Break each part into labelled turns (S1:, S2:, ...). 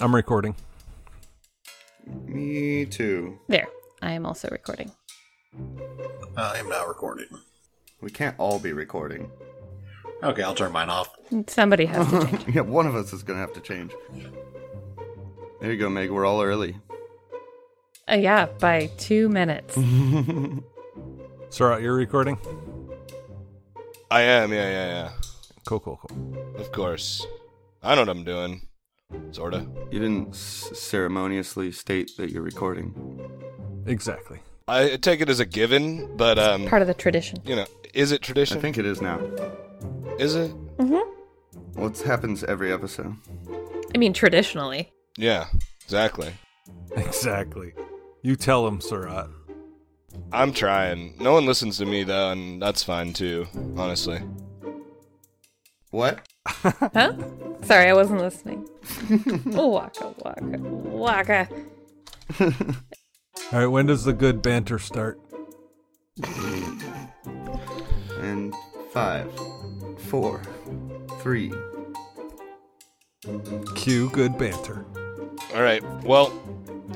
S1: I'm recording.
S2: Me too.
S3: There. I am also recording.
S4: I am not recording.
S2: We can't all be recording.
S4: Okay, I'll turn mine off.
S3: Somebody has to change.
S2: yeah, one of us is going to have to change. There you go, Meg. We're all early.
S3: Uh, yeah, by two minutes.
S5: Mm-hmm.
S1: Sarah, you're recording?
S5: I am, yeah, yeah,
S1: Cool, cool, cool.
S5: yeah. Of course. I know what I'm doing. Sorta.
S2: You didn't s- ceremoniously state that you're recording.
S1: Exactly.
S5: I take it as a given, but um
S3: Part of the tradition.
S5: you know, is it
S2: I
S5: tradition?
S2: think it is now.
S5: Is it?
S2: Well, it happens every episode.
S3: I mean, traditionally.
S5: Yeah, exactly.
S1: Exactly. You tell him, Sarah.
S5: I'm trying. No one listens to me though, and that's fine too, honestly.
S2: What?
S3: Huh? Sorry, I wasn't listening. waka waka waka.
S1: All right, when does the good banter start?
S2: And five, four, three.
S1: Cue good banter.
S5: All right. Well,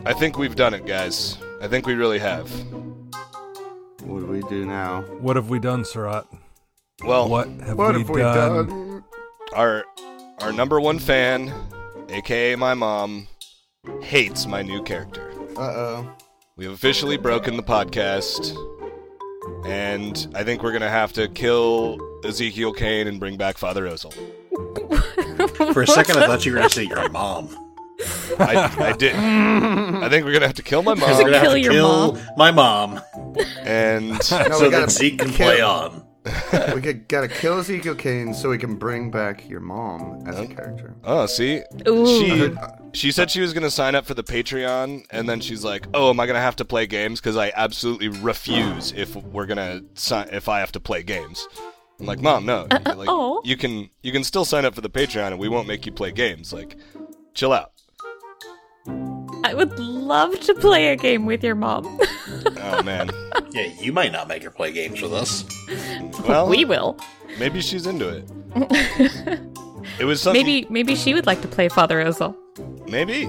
S5: I think we've done it, guys. I think we really have.
S2: What do we do now?
S1: What have we done, Sarah?
S5: Well,
S1: What have,
S2: what
S1: we,
S2: have we
S1: done?
S2: done?
S5: our our number one fan, aka my mom, hates my new character.
S2: Uh oh.
S5: We've officially broken the podcast, and I think we're gonna have to kill Ezekiel Kane and bring back Father Ozel.
S4: For a second, I thought you were going to say your mom.
S5: I, I did. I think we're gonna have to kill my
S4: We're
S5: mom,
S4: gonna
S3: Kill your
S4: my mom
S5: and
S2: No,
S4: so
S2: we gotta
S4: that Zeke can
S2: kill-
S4: play on.
S2: we g- gotta kill Ezekiel Kane so we can bring back your mom as a character.
S5: oh, see,
S3: Ooh.
S5: she she said she was gonna sign up for the Patreon, and then she's like, "Oh, am I gonna have to play games? Because I absolutely refuse if we're gonna si- if I have to play games." I'm like, "Mom, no. Like,
S3: oh.
S5: you can you can still sign up for the Patreon, and we won't make you play games. Like, chill out."
S3: I would love to play a game with your mom.
S5: Oh man.
S4: Yeah, you might not make her play games with us.
S5: Well,
S3: we will.
S5: maybe she's into it. it was something.
S3: Maybe maybe she would like to play Father Ozel.
S5: Maybe.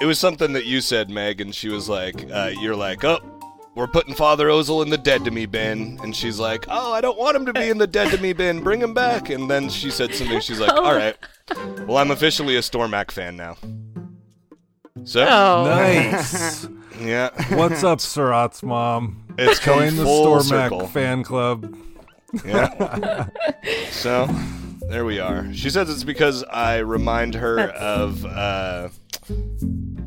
S5: It was something that you said, Meg, and she was like, uh, "You're like, oh, we're putting Father Ozel in the dead to me bin," and she's like, "Oh, I don't want him to be in the dead to me bin. Bring him back." And then she said something. She's like,
S3: Oh.
S5: "All right, well, I'm officially a Stormac fan now." So
S3: Oh.
S1: Nice.
S5: yeah,
S1: What's up, Sarat's mom?
S5: it's
S1: Join
S5: coming
S1: the
S5: full
S1: Stormac
S5: circle.
S1: fan club.
S5: Yeah. so there we are. She says it's because I remind her of uh,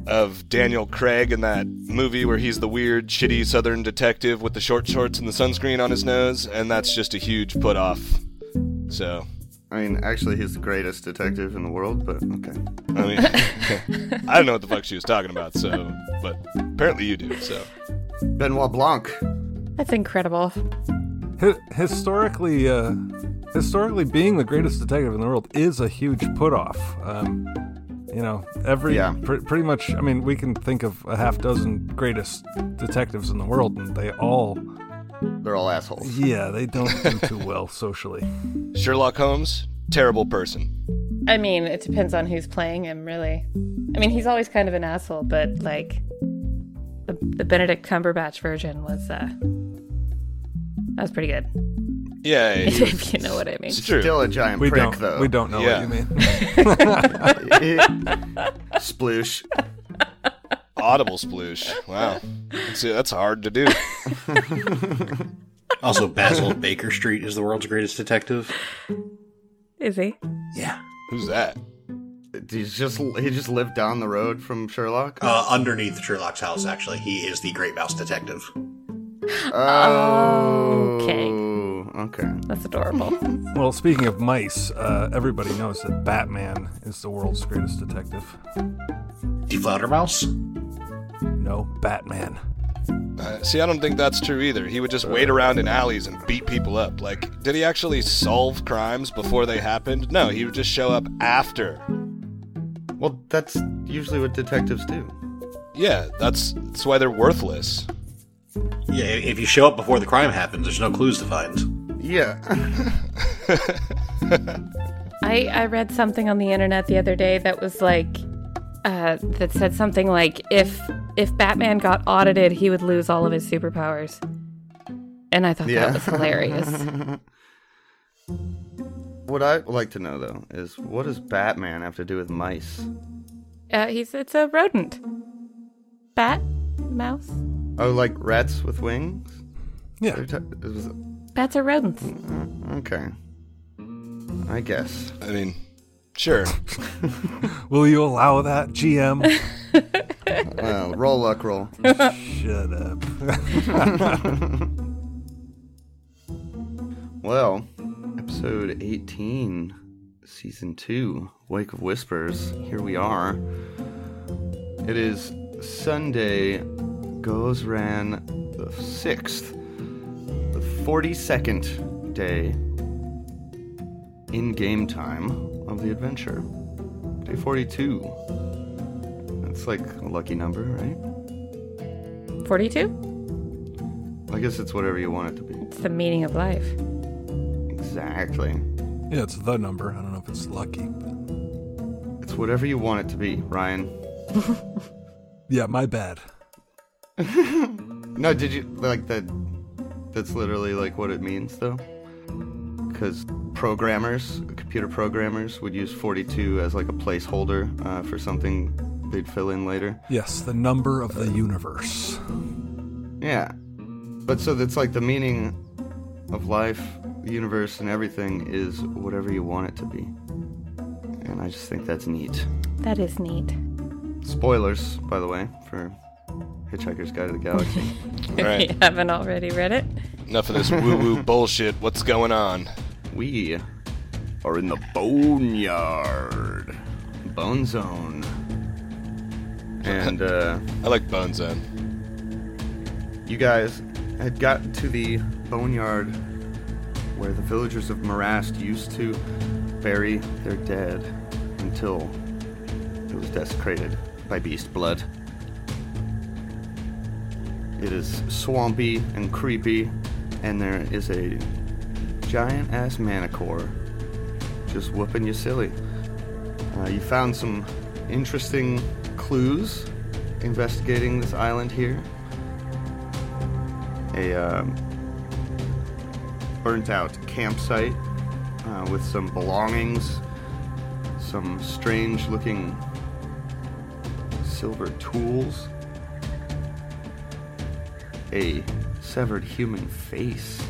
S5: of Daniel Craig in that movie where he's the weird, shitty Southern detective with the short shorts and the sunscreen on his nose, and that's just a huge put off. So
S2: I mean, actually, he's the greatest detective in the world, but okay.
S5: I mean, I don't know what the fuck she was talking about. So, but apparently you do. So
S2: Benoit Blanc.
S3: That's incredible.
S1: Hi- historically, uh, historically, being the greatest detective in the world is a huge put off. Um, you know, every
S2: Yeah.
S1: pr- pretty much. I mean, we can think of a half dozen greatest detectives in the world, and they all,
S2: They're all assholes.
S1: yeah, they don't do too well socially.
S5: Sherlock Holmes, terrible person.
S3: I mean, it depends on who's playing him, really. I mean, he's always kind of an asshole, but like the, the Benedict Cumberbatch version was uh that was pretty good.
S5: Yeah,
S3: if you know what I mean.
S5: it's true.
S2: Still a giant
S1: We
S2: prick,
S1: don't.
S2: though.
S1: We don't know what
S5: Yeah.
S1: you mean.
S2: Sploosh.
S5: Audible sploosh. Wow, see, that's hard to do.
S4: Also, Basil Baker Street is the world's greatest detective.
S3: Is he?
S4: Yeah.
S5: Who's that?
S2: He's just he just lived down the road from Sherlock.
S4: Uh, underneath Sherlock's house, actually, he is the Great Mouse Detective.
S2: Oh.
S3: okay.
S2: Okay.
S3: That's adorable.
S1: Well, speaking of mice, uh, everybody knows that Batman is the world's greatest detective.
S4: The Fluttermouse?
S1: No, Batman.
S5: Uh, see, I don't think that's true either. He would just wait around in alleys and beat people up. Like, did he actually solve crimes before they happened? No, he would just show up after.
S2: Well, that's usually what detectives do.
S5: Yeah, that's that's why they're worthless.
S4: Yeah, if you show up before the crime happens, there's no clues to find.
S2: Yeah.
S3: I I read something on the internet the other day that was like uh, that said something like if if Batman got audited, he would lose all of his superpowers. And I thought
S2: Yeah.
S3: that was hilarious.
S2: What I would like to know though is what does Batman have to do with mice?
S3: uh, he's it's a rodent, bat, mouse.
S2: Oh, like rats with wings?
S1: Yeah.
S2: They're t- it was-
S3: Bats are rodents.
S2: Okay. I guess.
S5: I mean, sure.
S1: Will you allow that, GM?
S2: Well, Uh, roll luck roll.
S1: Shut up.
S2: Well, episode 18, season 2, Wake of Whispers. Here we are. It is Sunday, Gozran the 6th, the 42nd day in game time of the adventure. Day 42. That's like a lucky number, right?
S3: Forty-two.
S2: I guess it's whatever you want it to be.
S3: It's the meaning of life.
S2: Exactly.
S1: Yeah, it's the number. I don't know if it's lucky. But...
S2: It's whatever you want it to be, Ryan.
S1: Yeah, my bad.
S2: No, did you like that? That's literally like what it means, though. Because programmers, computer programmers, would use 42 as like a placeholder uh, for something they'd fill in later.
S1: Yes, the number of the universe.
S2: Yeah, but so that's like the meaning of life, the universe, and everything is whatever you want it to be. And I just think that's neat.
S3: That is neat.
S2: Spoilers, by the way, for Hitchhiker's Guide to the Galaxy.
S5: All right.
S3: you haven't already read it.
S5: Enough of this woo-woo bullshit. What's going on?
S2: We are in the boneyard, bone zone, and uh,
S5: I like Bone Zone.
S2: you guys had gotten to the boneyard where the villagers of Morast used to bury their dead until it was desecrated by beast blood. It is swampy and creepy, and there is a giant ass manicore just whooping you silly. Uh, you found some interesting clues investigating this island here a um, burnt out campsite uh, with some belongings, some strange looking silver tools, a severed human face,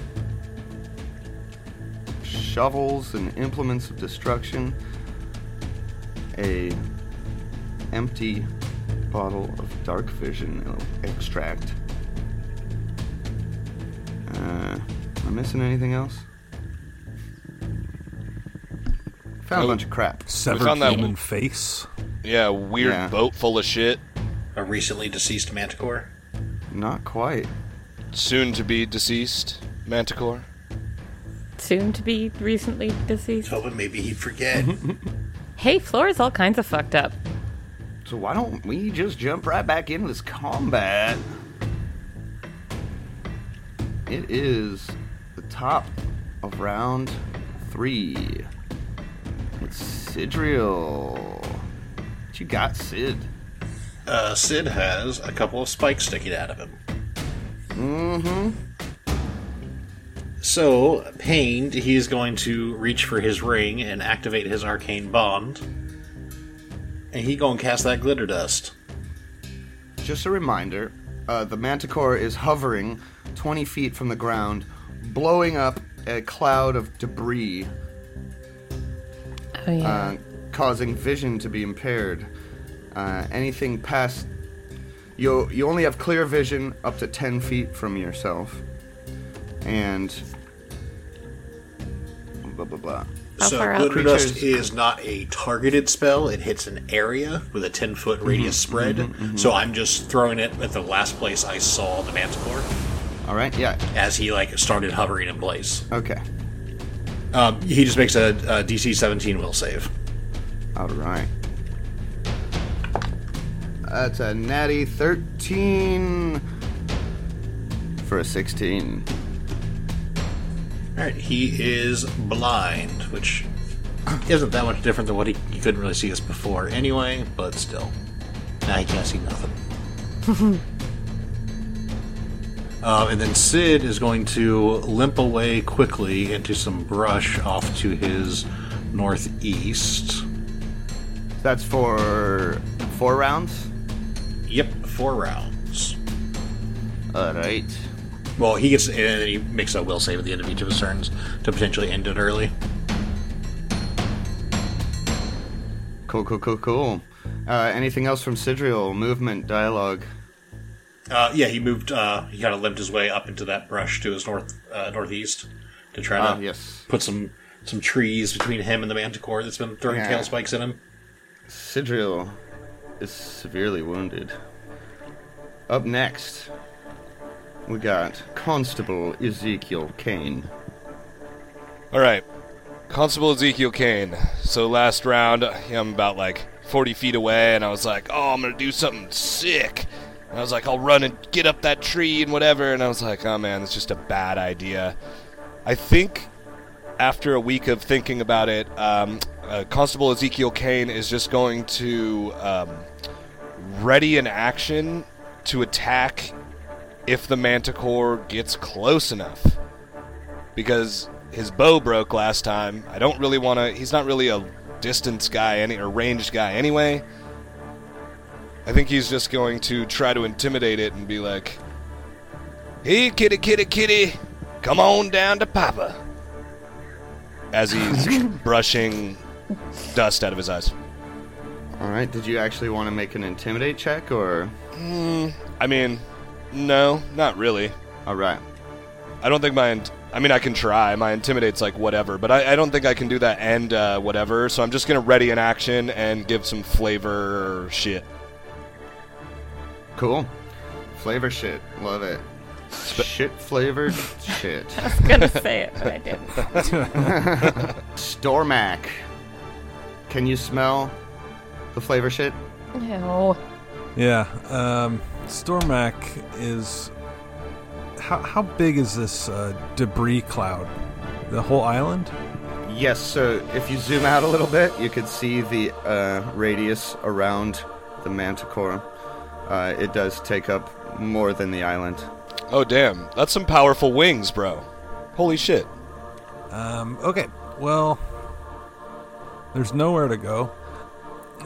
S2: shovels and implements of destruction, a empty bottle of dark vision extract. Uh, am I missing anything else? Found a
S5: Nope.
S2: bunch of crap.
S1: Severed
S5: found that-
S1: human face.
S5: Yeah, weird
S2: Yeah.
S5: boat full of shit.
S4: A recently deceased manticore.
S2: Not quite.
S5: Soon to be deceased manticore.
S3: Soon to be recently deceased.
S4: Oh, but maybe he'd forget.
S3: Hey, Flora's all kinds of fucked up.
S2: So why don't we just jump right back into this combat? It is the top of round three. It's Sidriel. What you got, Sid?
S4: uh, Sid has a couple of spikes sticking out of him. Mm-hmm. So, pained, he's going to reach for his ring and activate his arcane bond. And he gonna cast that glitter dust.
S2: Just a reminder uh, the manticore is hovering 20 feet from the ground, blowing up a cloud of debris
S3: Oh yeah.
S2: uh, causing vision to be impaired. Uh, anything past you you only have clear vision up to ten feet from yourself, and blah blah blah.
S3: How
S4: so,
S3: far out?
S4: glitter dust
S2: Creatures-
S4: is not a targeted spell. It hits an area with a 10 foot radius spread. So, I'm just throwing it at the last place I saw the manticore
S2: All right, yeah,
S4: as he like started hovering in place.
S2: okay,
S4: Um, he just makes a, a DC 17 will save.
S2: all right. That's a natty thirteen for a sixteen.
S4: All right, he is blind, which isn't that much different than what he, he couldn't really see us before anyway, but still. Now he can't see nothing. uh, and then Sid is going to limp away quickly into some brush off to his northeast.
S2: That's for four rounds.
S4: Yep, four rounds.
S2: All right.
S4: Well, he gets and then he makes a will save at the end of each of his turns to potentially end it early.
S2: Cool, cool, cool, cool. Uh, anything else from Sidriel? Movement, dialogue.
S4: Uh, yeah, he moved. Uh, he kind of limped his way up into that brush to his north uh, northeast to try
S2: Ah,
S4: to
S2: yes.
S4: put some some trees between him and the manticore that's been throwing
S2: Yeah.
S4: tail spikes at him.
S2: Sidriel is severely wounded. Up next, we got Constable Ezekiel Kane.
S5: All right, Constable Ezekiel Kane. So last round, I'm about like 40 feet away, and I was like, "Oh, I'm gonna do something sick." And I was like, "I'll run and get up that tree and whatever." And I was like, "Oh man, that's just a bad idea." I think after a week of thinking about it, um, uh, Constable Ezekiel Kane is just going to um, ready an action to attack if the Manticore gets close enough because his bow broke last time. I don't really want to. He's not really a distance guy any or ranged guy anyway. I think he's just going to try to intimidate it and be like, "Hey, kitty, kitty, kitty, come on down to Papa." As he's brushing dust out of his eyes.
S2: All right, did you actually want to make an intimidate check or?
S5: I mean, no, not really.
S2: All right.
S5: I don't think my. int- I mean, I can try. My intimidate's like whatever, but I, I don't think I can do that and uh, whatever. So I'm just gonna ready an action and give some flavor shit.
S2: Cool. Flavor shit. Love it. shit flavored shit.
S3: I was gonna say it, but I didn't.
S2: Stormac. Can you smell the flavor shit?
S3: No.
S1: Yeah. Um, Stormac is. How, how big is this uh, debris cloud? The whole island?
S2: Yes, so if you zoom out a little bit, you could see the uh, radius around the manticore. Uh, it does take up more than the island.
S5: Oh damn, that's some powerful wings, bro. Holy shit.
S1: Um, okay. Well, there's nowhere to go.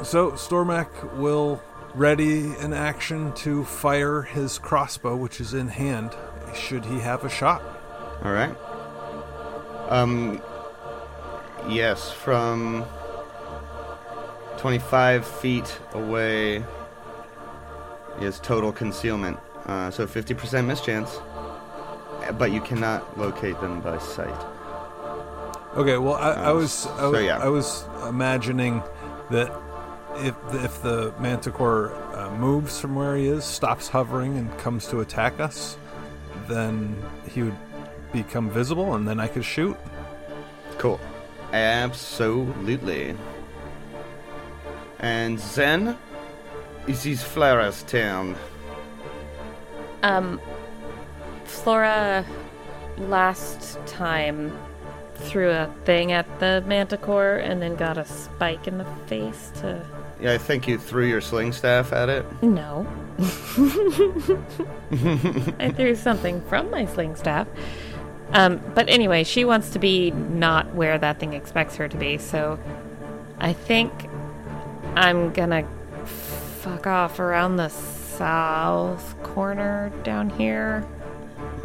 S1: So Stormac will ready an action to fire his crossbow, which is in hand, should he have a shot.
S2: All right. Um. Yes, from 25 feet away is total concealment. Uh, so 50% mischance. Uh, But you cannot locate them by sight.
S1: Okay, well, I, I was I,
S2: so
S1: was-
S2: yeah.
S1: I was imagining that if if the Manticore uh, moves from where he is, stops hovering, and comes to attack us, then he would become visible, and then I could shoot.
S2: Cool. Absolutely. And then it is Flara's town.
S3: Um, Flora last time threw a thing at the manticore and then got a spike in the face to.
S2: Yeah, I think you threw your sling staff at it.
S3: No. I threw something from my sling staff. Um, but anyway, she wants to be not where that thing expects her to be, so I think I'm gonna fuck off around the south corner down here.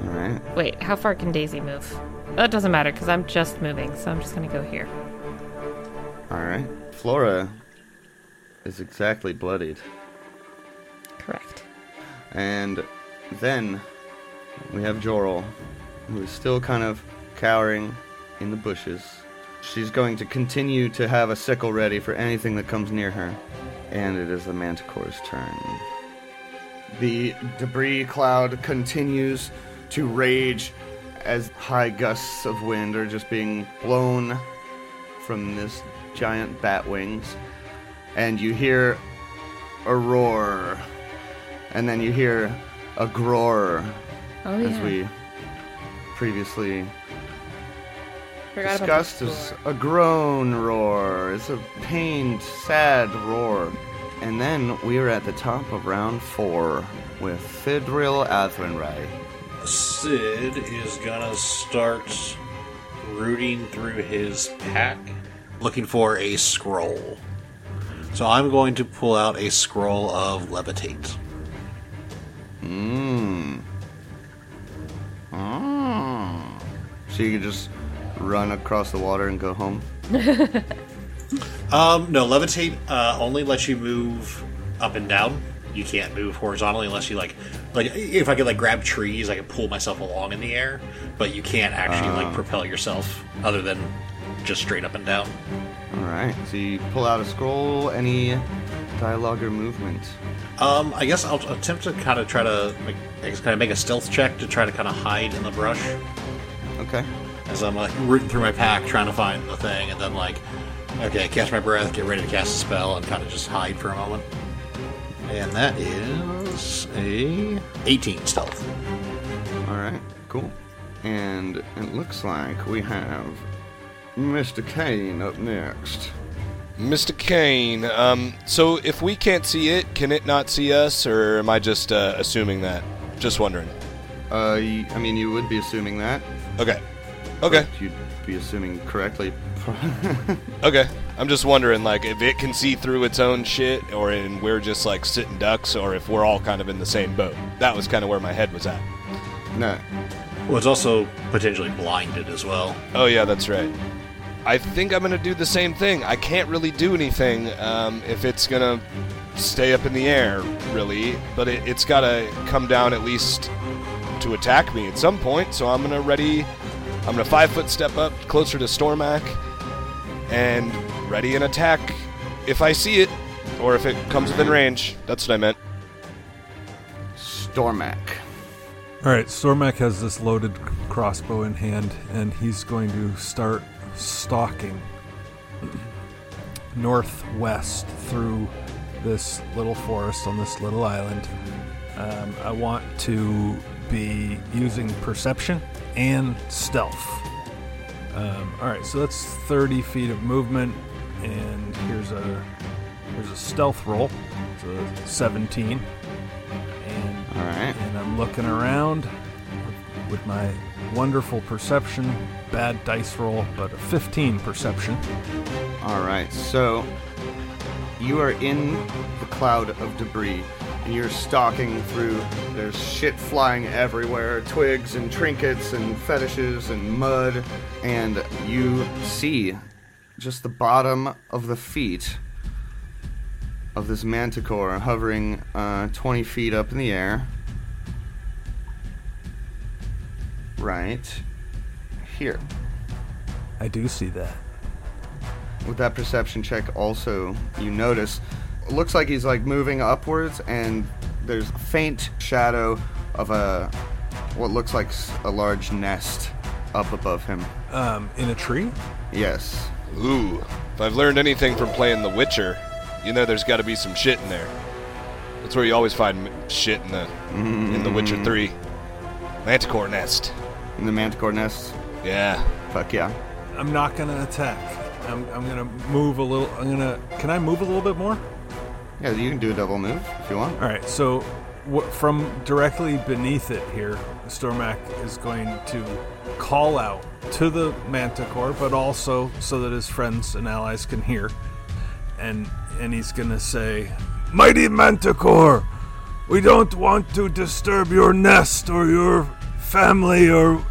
S2: All right.
S3: Wait, how far can Daisy move? That doesn't matter because I'm just moving, so I'm just gonna go here.
S2: All right. Flora is exactly bloodied.
S3: Correct.
S2: And then we have Jorl, who is still kind of cowering in the bushes. She's going to continue to have a sickle ready for anything that comes near her. And it is the manticore's turn. The debris cloud continues to rage as high gusts of wind are just being blown from this giant bat wings. And you hear a roar and then you hear a groar
S3: Oh
S2: as we previously
S3: Forgot about
S2: Disgust
S3: the
S2: is
S3: floor.
S2: a groan roar. It's a pained, sad roar. And then we are at the top of round four with Fidril Athenrai.
S4: Sid is gonna start rooting through his pack, looking for a scroll. So I'm going to pull out a scroll of levitate.
S2: Mmm. Mmm. So you can just run across the water and go home.
S4: Um, no, levitate uh, only lets you move up and down. You can't move horizontally unless you like, like if I could like grab trees, I could pull myself along in the air. But you can't actually like propel yourself other than just straight up and down.
S2: All right. So you pull out a scroll. Any dialogue or movement?
S4: Um, I guess I'll attempt to kind of try to like, I guess kind of make a stealth check to try to kind of hide in the brush
S2: Okay.
S4: as I'm like rooting through my pack trying to find the thing, and then like, okay, catch my breath, get ready to cast a spell, and kind of just hide for a moment. And that is a 18 stealth.
S2: All right. Cool. And it looks like we have Mr. Kane up next.
S5: Mr. Kane, um, so if we can't see it, can it not see us, or am I just uh, assuming that? Just wondering.
S2: Uh, y- I mean, you would be assuming that.
S5: Okay. Okay.
S2: but You'd be assuming correctly.
S5: Okay. I'm just wondering, like, if it can see through its own shit, or and we're just like sitting ducks, or if we're all kind of in the same boat. That was kind of where my head was at.
S2: no.
S4: Well, it's also potentially blinded as well.
S5: Oh yeah, that's right. I think I'm gonna do the same thing. I can't really do anything um, if it's gonna stay up in the air, really. But it, it's gotta come down at least to attack me at some point. So I'm gonna ready. I'm gonna five foot step up closer to Stormac and ready an attack if I see it or if it comes within range. That's what I meant.
S2: Stormac.
S1: All right, Stormac has this loaded c- crossbow in hand, and he's going to start stalking northwest through this little forest on this little island. Um, I want to be using perception and stealth. Um, all right, so that's 30 feet of movement, and here's a here's a stealth roll. It's a 17, and
S2: All right.
S1: and I'm looking around with my wonderful perception, bad dice roll, but a 15 perception.
S2: All right. So you are in the cloud of debris, and you're stalking through. There's shit flying everywhere, twigs and trinkets and fetishes and mud, and you see just the bottom of the feet of this manticore hovering uh, 20 feet up in the air. Right here.
S1: I do see that.
S2: with that perception check also you notice it looks like he's like moving upwards and there's a faint shadow of a what looks like s- a large nest up above him
S1: Um, in a tree?
S2: yes
S5: Ooh, if I've learned anything from playing The Witcher, you know there's got to be some shit in there. That's where you always find m- shit in the in The Witcher 3. Manticore nest.
S2: in the manticore nest
S5: Yeah.
S2: fuck yeah
S1: I'm not gonna attack. I'm, I'm gonna move a little. I'm gonna. Can I move a little bit more?
S2: yeah you can do a double move if you want
S1: All right. So, wh- from directly beneath it here, Stormac is going to call out to the Manticore, but also so that his friends and allies can hear, and and he's gonna say, "Mighty Manticore, we don't want to disturb your nest or your family, or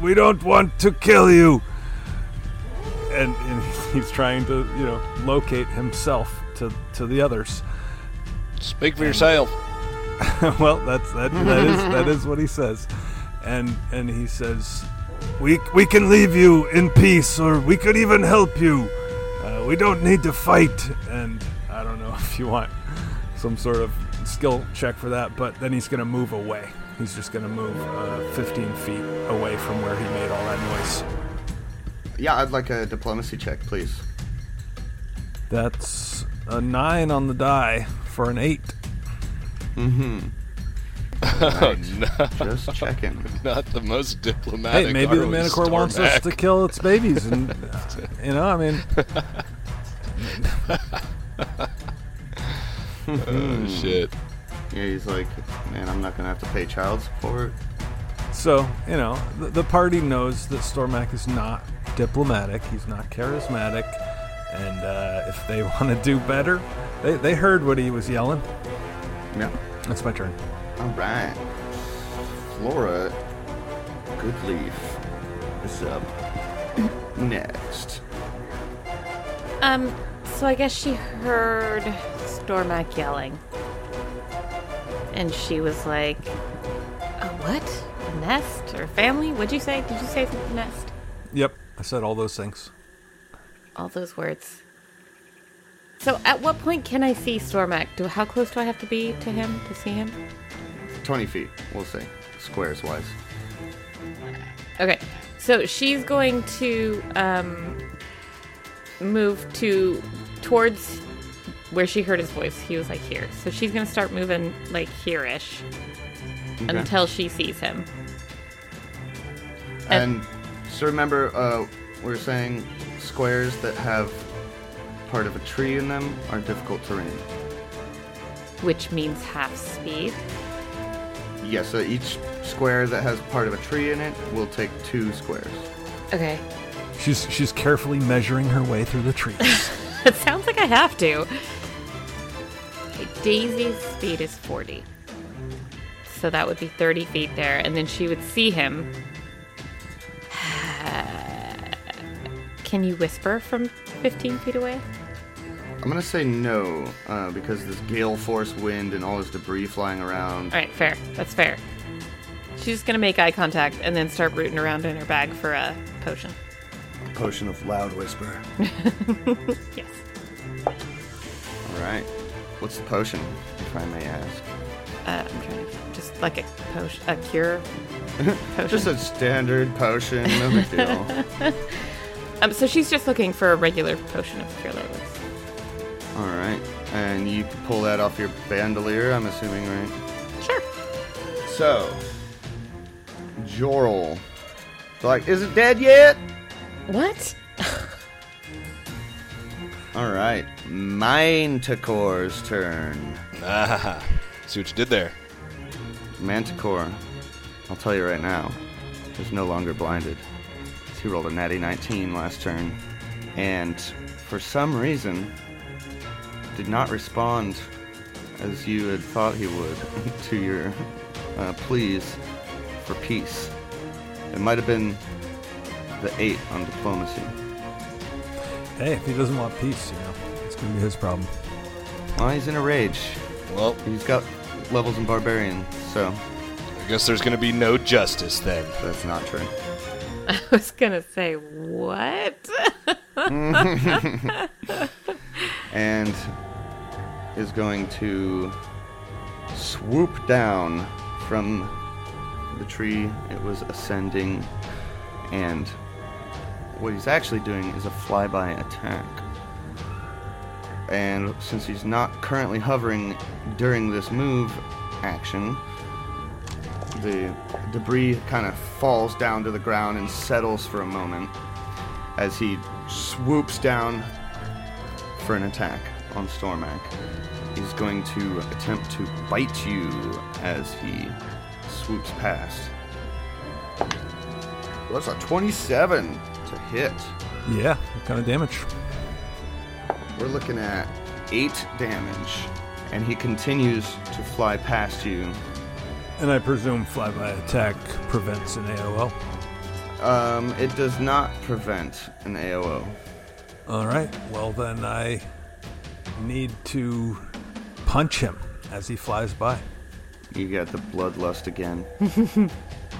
S1: we don't want to kill you." And, and he's trying to, you know, locate himself to to the others.
S5: Speak for yourself.
S1: well, that's that, that is that is what he says, and and he says, "We we can leave you in peace, or we could even help you. Uh, we don't need to fight." And I don't know if you want some sort of skill check for that, but then he's gonna move away. He's just gonna move uh, 15 feet away from where he made all that noise.
S2: yeah i'd like a diplomacy check please
S1: That's a nine on the die for an eight.
S5: Oh, no.
S2: Just checking.
S5: Not the most diplomatic.
S1: Hey, maybe
S5: are
S1: the
S5: we,
S1: Manicore wants us
S5: Stormak?
S1: to kill its babies, and uh, you know, I mean,
S5: Oh, shit.
S2: Yeah, he's like, man, I'm not gonna have to pay child support.
S1: so you know, the, the party knows that Stormak is not diplomatic. He's not charismatic, and uh, if they want to do better, they they heard what he was yelling.
S2: No.
S1: That's my turn.
S2: All right. Flora Goodleaf is up next.
S3: Um, so I guess she heard Stormak yelling. And she was like, a what? A nest? Or family? What'd you say? Did you say something nest?
S1: Yep, I said all those things.
S3: All those words. So at what point can I see Stormak? Do how close do I have to be to him to see him?
S2: 20 feet, we'll say, squares wise.
S3: Okay. So she's going to um, move to towards where she heard his voice. He was like here. So she's going to start moving like here ish until she sees him.
S2: And so remember, uh, we were saying squares that have part of a tree in them are difficult terrain.
S3: which means half speed.
S2: Yeah, so each square that has part of a tree in it will take two squares.
S3: Okay.
S1: She's she's carefully measuring her way through the trees.
S3: It sounds like I have to. Okay, Daisy's speed is 40. So that would be 30 feet there, and then she would see him. Can you whisper from 15 feet away?
S2: I'm gonna say no, uh, because this gale force wind and all this debris flying around.
S3: All right, fair. That's fair. She's just gonna make eye contact and then start rooting around in her bag for a potion.
S2: Potion of Loud Whisper.
S3: Yes.
S2: All right. What's the potion, if I may ask?
S3: Uh, I'm trying to just like a potion, a cure potion.
S2: Just a standard potion, no big deal.
S3: Um, so she's just looking for a regular potion of cure lightness.
S2: All right. And you can pull that off your bandolier, I'm assuming, right?
S3: Sure.
S2: So, Jorl. Like, is it dead yet?
S3: What?
S2: All right. Manticore's turn.
S5: Ah, see what you did there.
S2: Manticore, I'll tell you right now, is no longer blinded. He rolled a natty 19 last turn, and for some reason, did not respond as you had thought he would to your uh, pleas for peace. It might have been the 8 on diplomacy.
S1: hey, if he doesn't want peace, you know, it's gonna be his problem.
S2: Well, he's in a rage.
S5: Well,
S2: He's got levels in barbarian, so
S5: I guess there's going to be no justice then.
S2: that's not true.
S3: I was gonna say what?
S2: and is going to swoop down from the tree it was ascending and what he's actually doing is a flyby attack and since he's not currently hovering during this move action the debris kind of falls down to the ground and settles for a moment as he swoops down for an attack on Stormak. He's going to attempt to bite you as he swoops past. That's a 27 to hit.
S1: Yeah, what kind of damage?
S2: We're looking at 8 damage. And he continues to fly past you.
S1: And I presume flyby attack prevents an AOL.
S2: Um, it does not prevent an AOO.
S1: All right. Well, then I need to punch him as he flies by.
S2: You got the bloodlust again.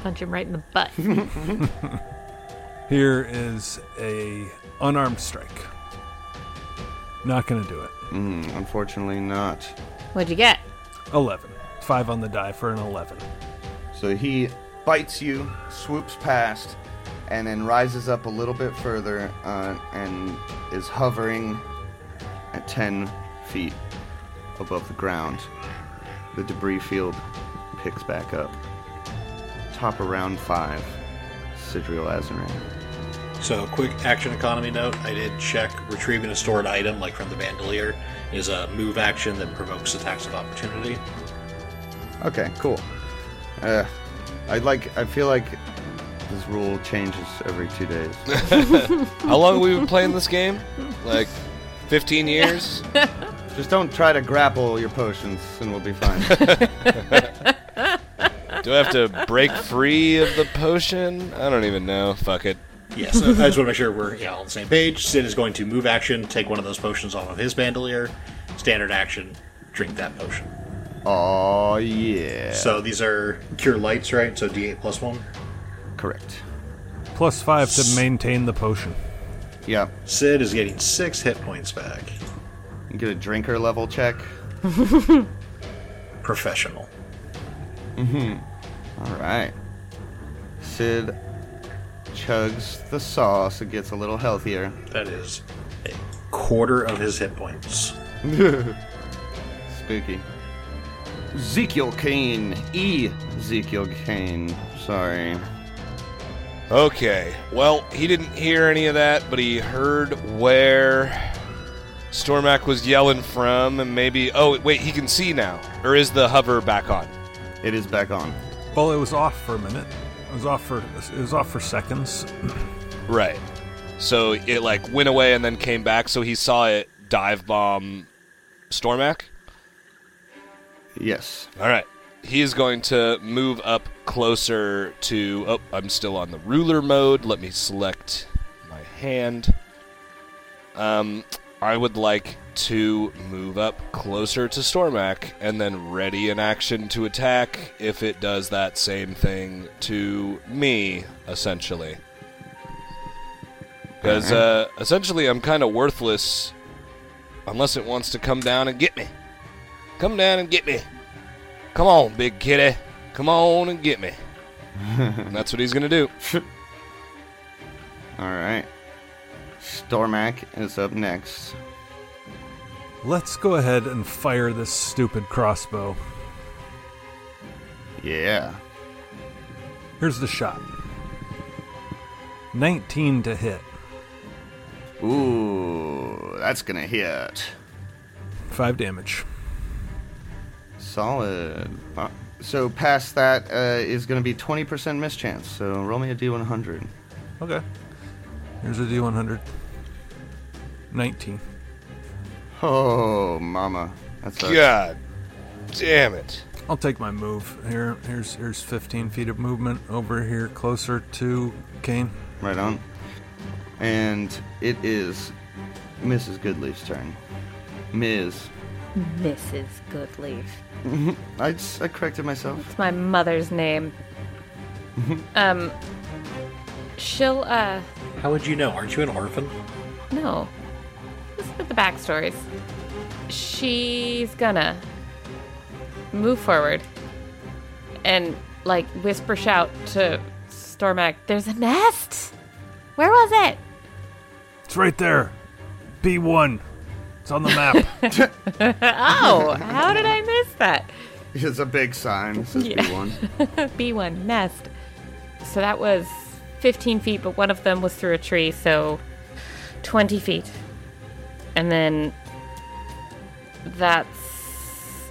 S3: Punch him right in the butt.
S1: Here is a unarmed strike. Not going to do it.
S2: Mm, unfortunately, not.
S3: What'd you get?
S1: 11. 5 on the die for an 11.
S2: So he bites you, swoops past, and then rises up a little bit further uh, and is hovering at 10 feet above the ground. The debris field picks back up. Top of round five, Sidriel Azaran.
S4: So, quick action economy note: I did check retrieving a stored item, like from the Bandolier, is a move action that provokes attacks of opportunity.
S2: Okay, cool. Uh, I like. I feel like this rule changes every two days.
S5: How long have we been playing this game? Like 15 years?
S2: Just don't try to grapple your potions, and we'll be fine.
S5: Do I have to break free of the potion? I don't even know. Fuck it.
S4: Yes, I just want to make sure we're yeah, on the same page. Sid is going to move action, take one of those potions off of his bandolier. Standard action, drink that potion.
S2: oh yeah.
S4: So these are cure lights, right? So D8 plus one.
S2: Correct.
S1: Plus five to maintain the potion.
S2: Yeah.
S4: Sid is getting six hit points back.
S2: You get a drinker level check.
S4: Professional.
S2: All right. Sid chugs the sauce and gets a little healthier.
S4: That is a quarter of his hit points.
S2: Spooky. Ezekiel Kane. E. Ezekiel Kane. Sorry.
S5: Okay. Well, he didn't hear any of that, but he heard where Stormac was yelling from, and maybe. Oh, wait, he can see now. Or is the hover back on?
S2: It is back on.
S1: Well, it was off for a minute. It was off for it was off for seconds.
S5: Right. So it, like, went away and then came back, so he saw it dive bomb Stormac?
S2: Yes.
S5: All right. He is going to move up closer to. Oh, I'm still on the ruler mode. Let me select my hand. Um, I would like to move up closer to Stormac and then ready an action to attack if it does that same thing to me, essentially. Because uh, essentially, I'm kind of worthless unless it wants to come down and get me. Come down and get me. Come on, big kitty. Come on and get me. and that's what he's going to do.
S2: All right. Stormac is up next.
S1: Let's go ahead and fire this stupid crossbow.
S2: Yeah.
S1: Here's the shot. 19 to hit.
S2: Ooh, that's gonna hit.
S1: 5 damage.
S2: Solid. Uh, So past that uh, is gonna be 20% mischance. So roll me a d100.
S1: Okay. Here's a D100. 19.
S2: Oh, mama. That's a,
S5: God damn it.
S1: I'll take my move. Here, here's here's 15 feet of movement over here, closer to Kane.
S2: right on. And it is Mrs. Goodleaf's turn. Ms.
S3: Mrs. Goodleaf.
S2: I, s- I corrected myself.
S3: It's my mother's name. um, she'll, uh,
S4: How would you know? Aren't you an orphan?
S3: no. This is the backstories. She's gonna move forward and, like, whisper shout to Stormac, There's a nest! Where was it?
S1: It's right there. B1. It's on the map.
S3: Oh, how did I miss that?
S2: It's a big sign. It says B1.
S3: B1 nest. So that was 15 feet, but one of them was through a tree, so 20 feet. And then that's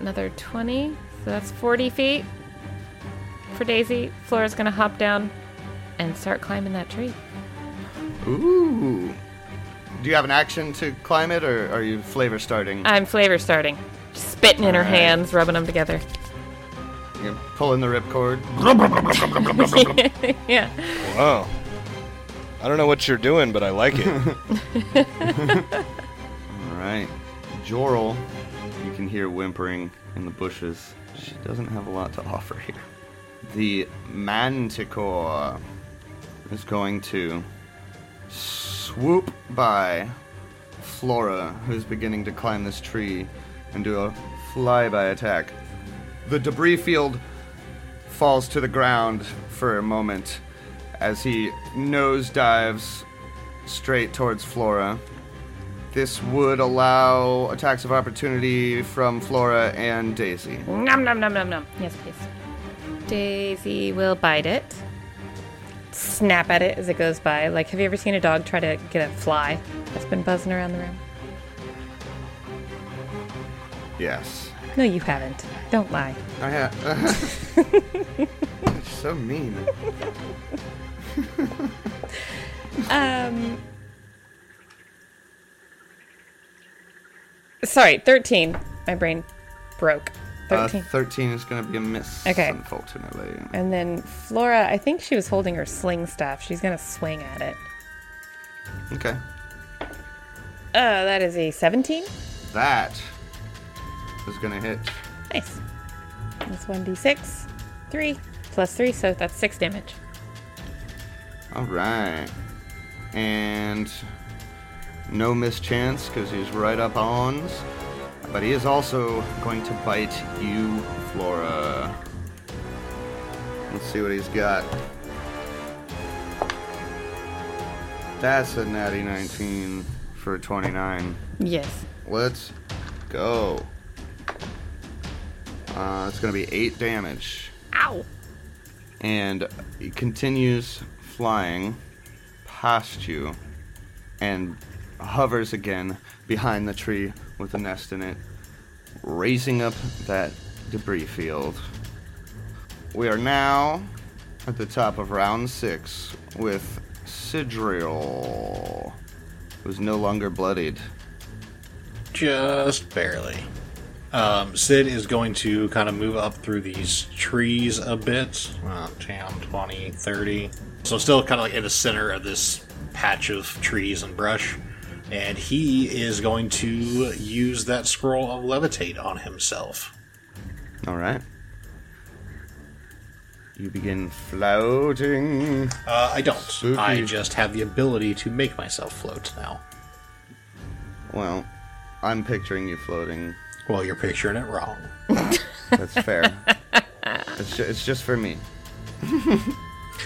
S3: another 20, so that's 40 feet for Daisy. Flora's gonna hop down and start climbing that tree.
S2: Ooh. Do you have an action to climb it, or are you flavor starting?
S3: I'm flavor starting. Spitting in her
S2: Alright.
S3: hands, rubbing them together.
S2: You're pulling the ripcord.
S3: yeah.
S5: Wow. I don't know what you're doing, but I like it.
S2: All right. Jorl, you can hear whimpering in the bushes. She doesn't have a lot to offer here. The manticore is going to swoop by Flora, who's beginning to climb this tree, and do a flyby attack. The debris field falls to the ground for a moment as he nose dives straight towards Flora. This would allow attacks of opportunity from Flora and Daisy.
S3: Nom nom nom nom nom. Yes, please. Daisy will bite it. Snap at it as it goes by. Like, have you ever seen a dog try to get a fly that's been buzzing around the room?
S2: Yes.
S3: No, you haven't. Don't lie.
S2: I ha- That's so mean.
S3: Um. Sorry, 13. My brain broke.
S2: Uh,
S3: 13.
S2: 13 is going to be a miss,
S3: Okay.
S2: unfortunately.
S3: and then Flora, I think she was holding her sling staff. She's going to swing at it.
S2: Okay.
S3: Uh, that is a 17.
S2: That is going to hit.
S3: Nice. That's 1d6. 3 plus 3, so that's 6 damage.
S2: All right. And no mischance because he's right up on. But he is also going to bite you, Flora. Let's see what he's got. That's a natty 19 for 29.
S3: Yes.
S2: Let's go. Uh, it's going to be 8 damage.
S3: Ow!
S2: and he continues flying past you and hovers again behind the tree with a nest in it, raising up that debris field. We are now at the top of round six with Sidriel, who's no longer bloodied.
S4: Just barely. Um, Sid is going to kind of move up through these trees a bit. Uh, 10, 20, 30. So still kind of like in the center of this patch of trees and brush. And he is going to use that scroll of levitate on himself.
S2: All right. You begin floating.
S4: Uh, I don't.
S2: Spooky.
S4: I just have the ability to make myself float now.
S2: Well, I'm picturing you floating
S4: Well, you're picturing it wrong.
S2: That's fair. it's, ju- it's just for me.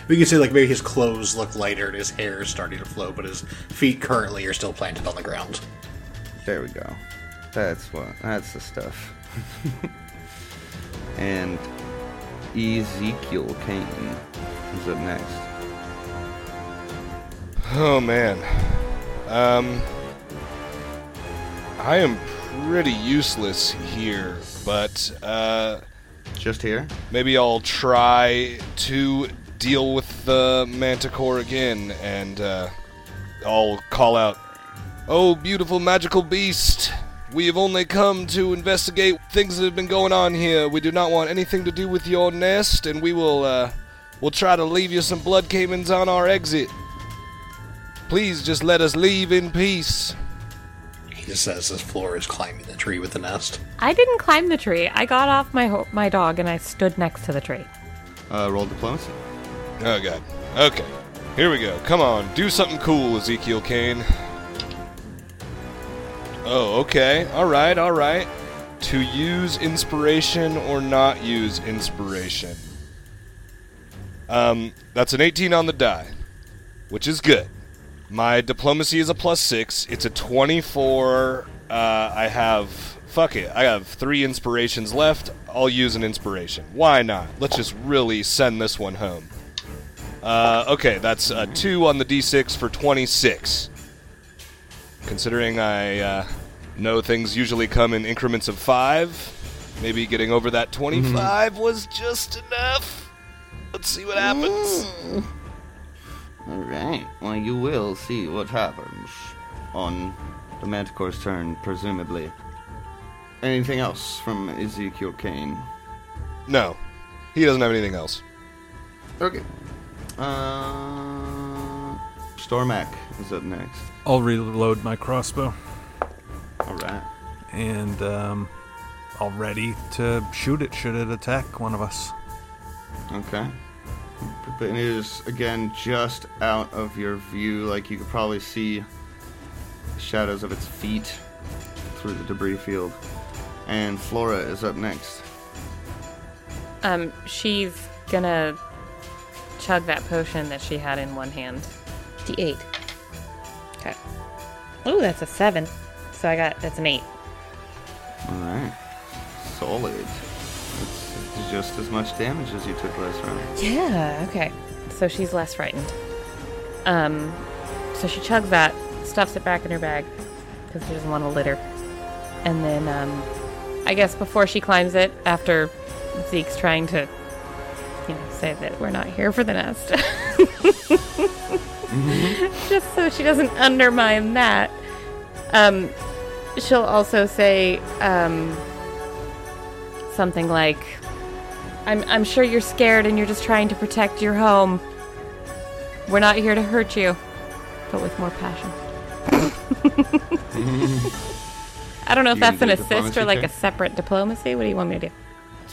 S4: We can say like maybe his clothes look lighter and his hair is starting to flow, but his feet currently are still planted on the ground.
S2: There we go. That's what. That's the stuff. and Ezekiel Cain is up next.
S5: Oh man. Um I am pretty useless here, but uh
S2: Just here.
S5: maybe I'll try to deal with the manticore again and uh I'll call out, "Oh beautiful magical beast, we have only come to investigate things that have been going on here. We do not want anything to do with your nest and we will uh we'll try to leave you some blood caimans on our exit." Please just let us leave in peace.
S4: He just says this floor is climbing the tree with the nest.
S3: I didn't climb the tree. I got off my ho- my dog and I stood next to the tree.
S2: Uh, roll diplomacy.
S5: Oh god. Okay. Here we go. Come on, do something cool, Ezekiel Kane. Oh, okay. All right, all right. To use inspiration or not use inspiration. Um, that's an 18 on the die, which is good. My diplomacy is a plus six. It's a 24. Uh, I have. Fuck it. I have three inspirations left. I'll use an inspiration. Why not? Let's just really send this one home. Uh, okay, that's uh, two on the d6 for 26. Considering I uh, know things usually come in increments of five, maybe getting over that 25 was just enough. Let's see what happens.
S2: All right. Well, you will see what happens on the Manticore's turn, presumably. Anything else from Ezekiel Cain?
S5: No, he doesn't have anything else.
S2: Okay. Uh, Stormac is up next.
S1: I'll reload my crossbow
S2: All right.
S1: and um, I'll ready to shoot it should it attack one of us.
S2: Okay. But it is again just out of your view. Like you could probably see the shadows of its feet through the debris field. And Flora is up next.
S3: Um, she's gonna chug that potion that she had in one hand. D8. Okay. Ooh, that's a seven. So I got that's an eight.
S2: All right. Solid. It's it's just as much damage as you took last round.
S3: Yeah. Okay. So she's less frightened. Um, so she chugs that, stuffs it back in her bag because she doesn't want to litter. And then, um, I guess before she climbs it, after Zeke's trying to, you know, say that we're not here for the nest,
S2: Mm-hmm.
S3: just so she doesn't undermine that, um, she'll also say um, something like, I'm, I'm sure you're scared and you're just trying to protect your home. We're not here to hurt you, but with more passion. I don't know
S2: Mm-hmm.
S3: if
S2: You
S3: that's an
S2: gonna do
S3: assist
S2: diplomacy
S3: or like a
S2: check?
S3: separate diplomacy. What do you want me to do?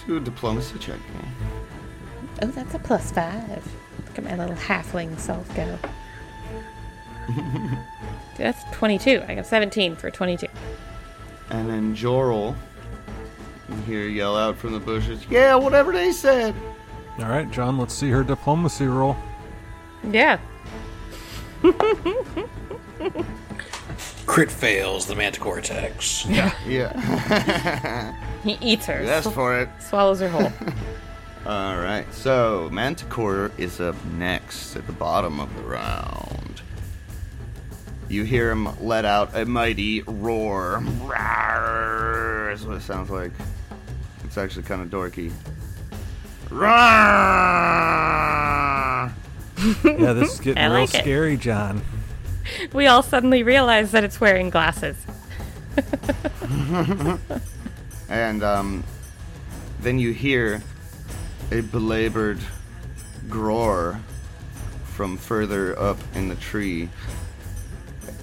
S2: Do a diplomacy check.
S3: Oh, that's a plus five. Look at my little halfling self go. that's 22. I got 17 for 22.
S2: And then Jorl, you hear yell out from the bushes, Yeah, whatever they said.
S1: All right, John, let's see her diplomacy roll.
S3: Yeah.
S4: Crit fails the manticore attacks.
S2: Yeah.
S3: He eats her.
S2: That's
S3: sw-
S2: for it.
S3: swallows her whole.
S2: All right. So Manticore is up next at the bottom of the round. You hear him let out a mighty roar. Roar is what it sounds like. It's actually kind of dorky. Roar!
S1: Yeah, this is getting
S3: I
S1: real
S3: like it.
S1: scary, John.
S3: we all suddenly realize that it's wearing glasses.
S2: And um, then you hear a belabored groar from further up in the tree.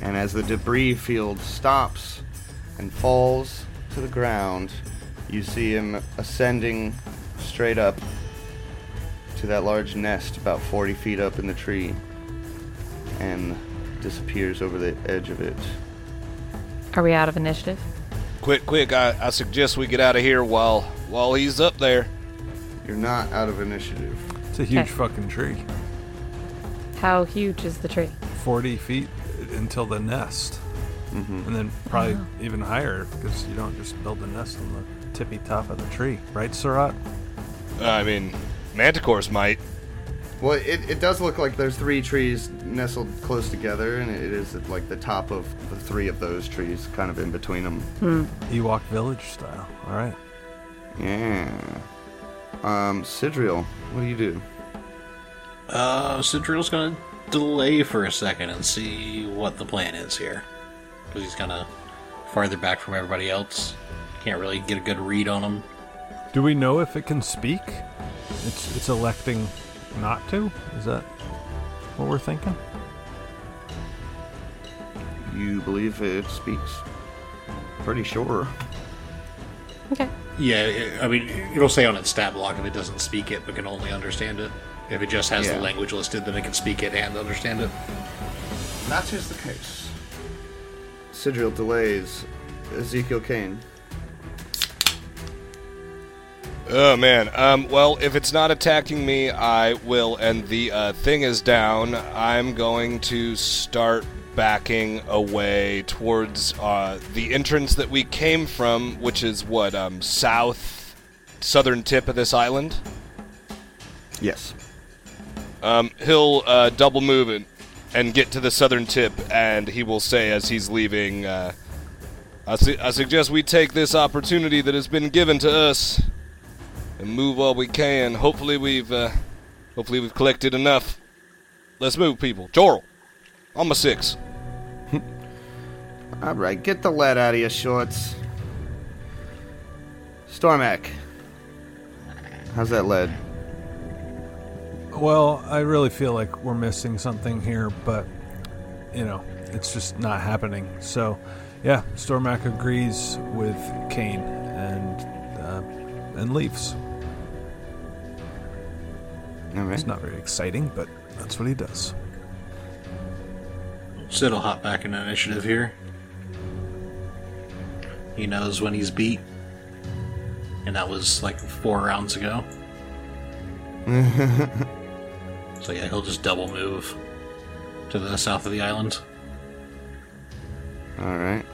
S2: And as the debris field stops and falls to the ground, you see him ascending straight up to that large nest about 40 feet up in the tree and disappears over the edge of it.
S3: Are we out of initiative?
S5: Quick, quick! I, I suggest we get out of here while while he's up there.
S2: You're not out of initiative.
S1: It's a huge
S3: Okay.
S1: fucking tree.
S3: How huge is the tree?
S1: 40 feet until the nest. And then probably even higher because you don't just build the nest on the tippy top of the tree. Right, Surat?
S5: Uh, I mean, manticores might.
S2: Well, it, it does look like there's three trees nestled close together, and it is at, like the top of the three of those trees, kind of in between them.
S1: Ewok village style. All right.
S2: Yeah. Um, Sidriel, what do you do?
S4: Uh, Sidril's gonna delay for a second and see what the plan is here. Because he's kind of farther back from everybody else. Can't really get a good read on him.
S1: Do we know if it can speak? It's it's electing not to? Is that what we're thinking?
S2: You believe it speaks? Pretty sure.
S3: Okay.
S4: Yeah, it, I mean, it'll say on its stat block if it doesn't speak it but can only understand it. If it just has
S2: Yeah.
S4: the language listed, then it can speak it and understand it.
S2: That is the case. Sidriel delays. Ezekiel Kane.
S5: Oh man. Um. Well, if it's not attacking me, I will. And the uh, thing is down. I'm going to start backing away towards uh, the entrance that we came from, which is what um south, southern tip of this island.
S2: Yes.
S5: Um, he'll uh, double move and, and get to the southern tip, and he will say as he's leaving, uh, I, su- I suggest we take this opportunity that has been given to us and move while we can. Hopefully we've, uh, hopefully we've collected enough. Let's move, people. Jorl, I'm a six.
S2: All right, get the lead out of your shorts. Stormak. How's that lead?
S1: Well, I really feel like we're missing something here, but you know, it's just not happening. So, yeah, Stormac agrees with Kane and uh, and leaves.
S2: All right.
S1: It's not very exciting, but that's what he does.
S4: Sid'll hop back in initiative here. He knows when he's beat. And that was like four rounds ago. so yeah, he'll just double move to the south of the island.
S2: All right.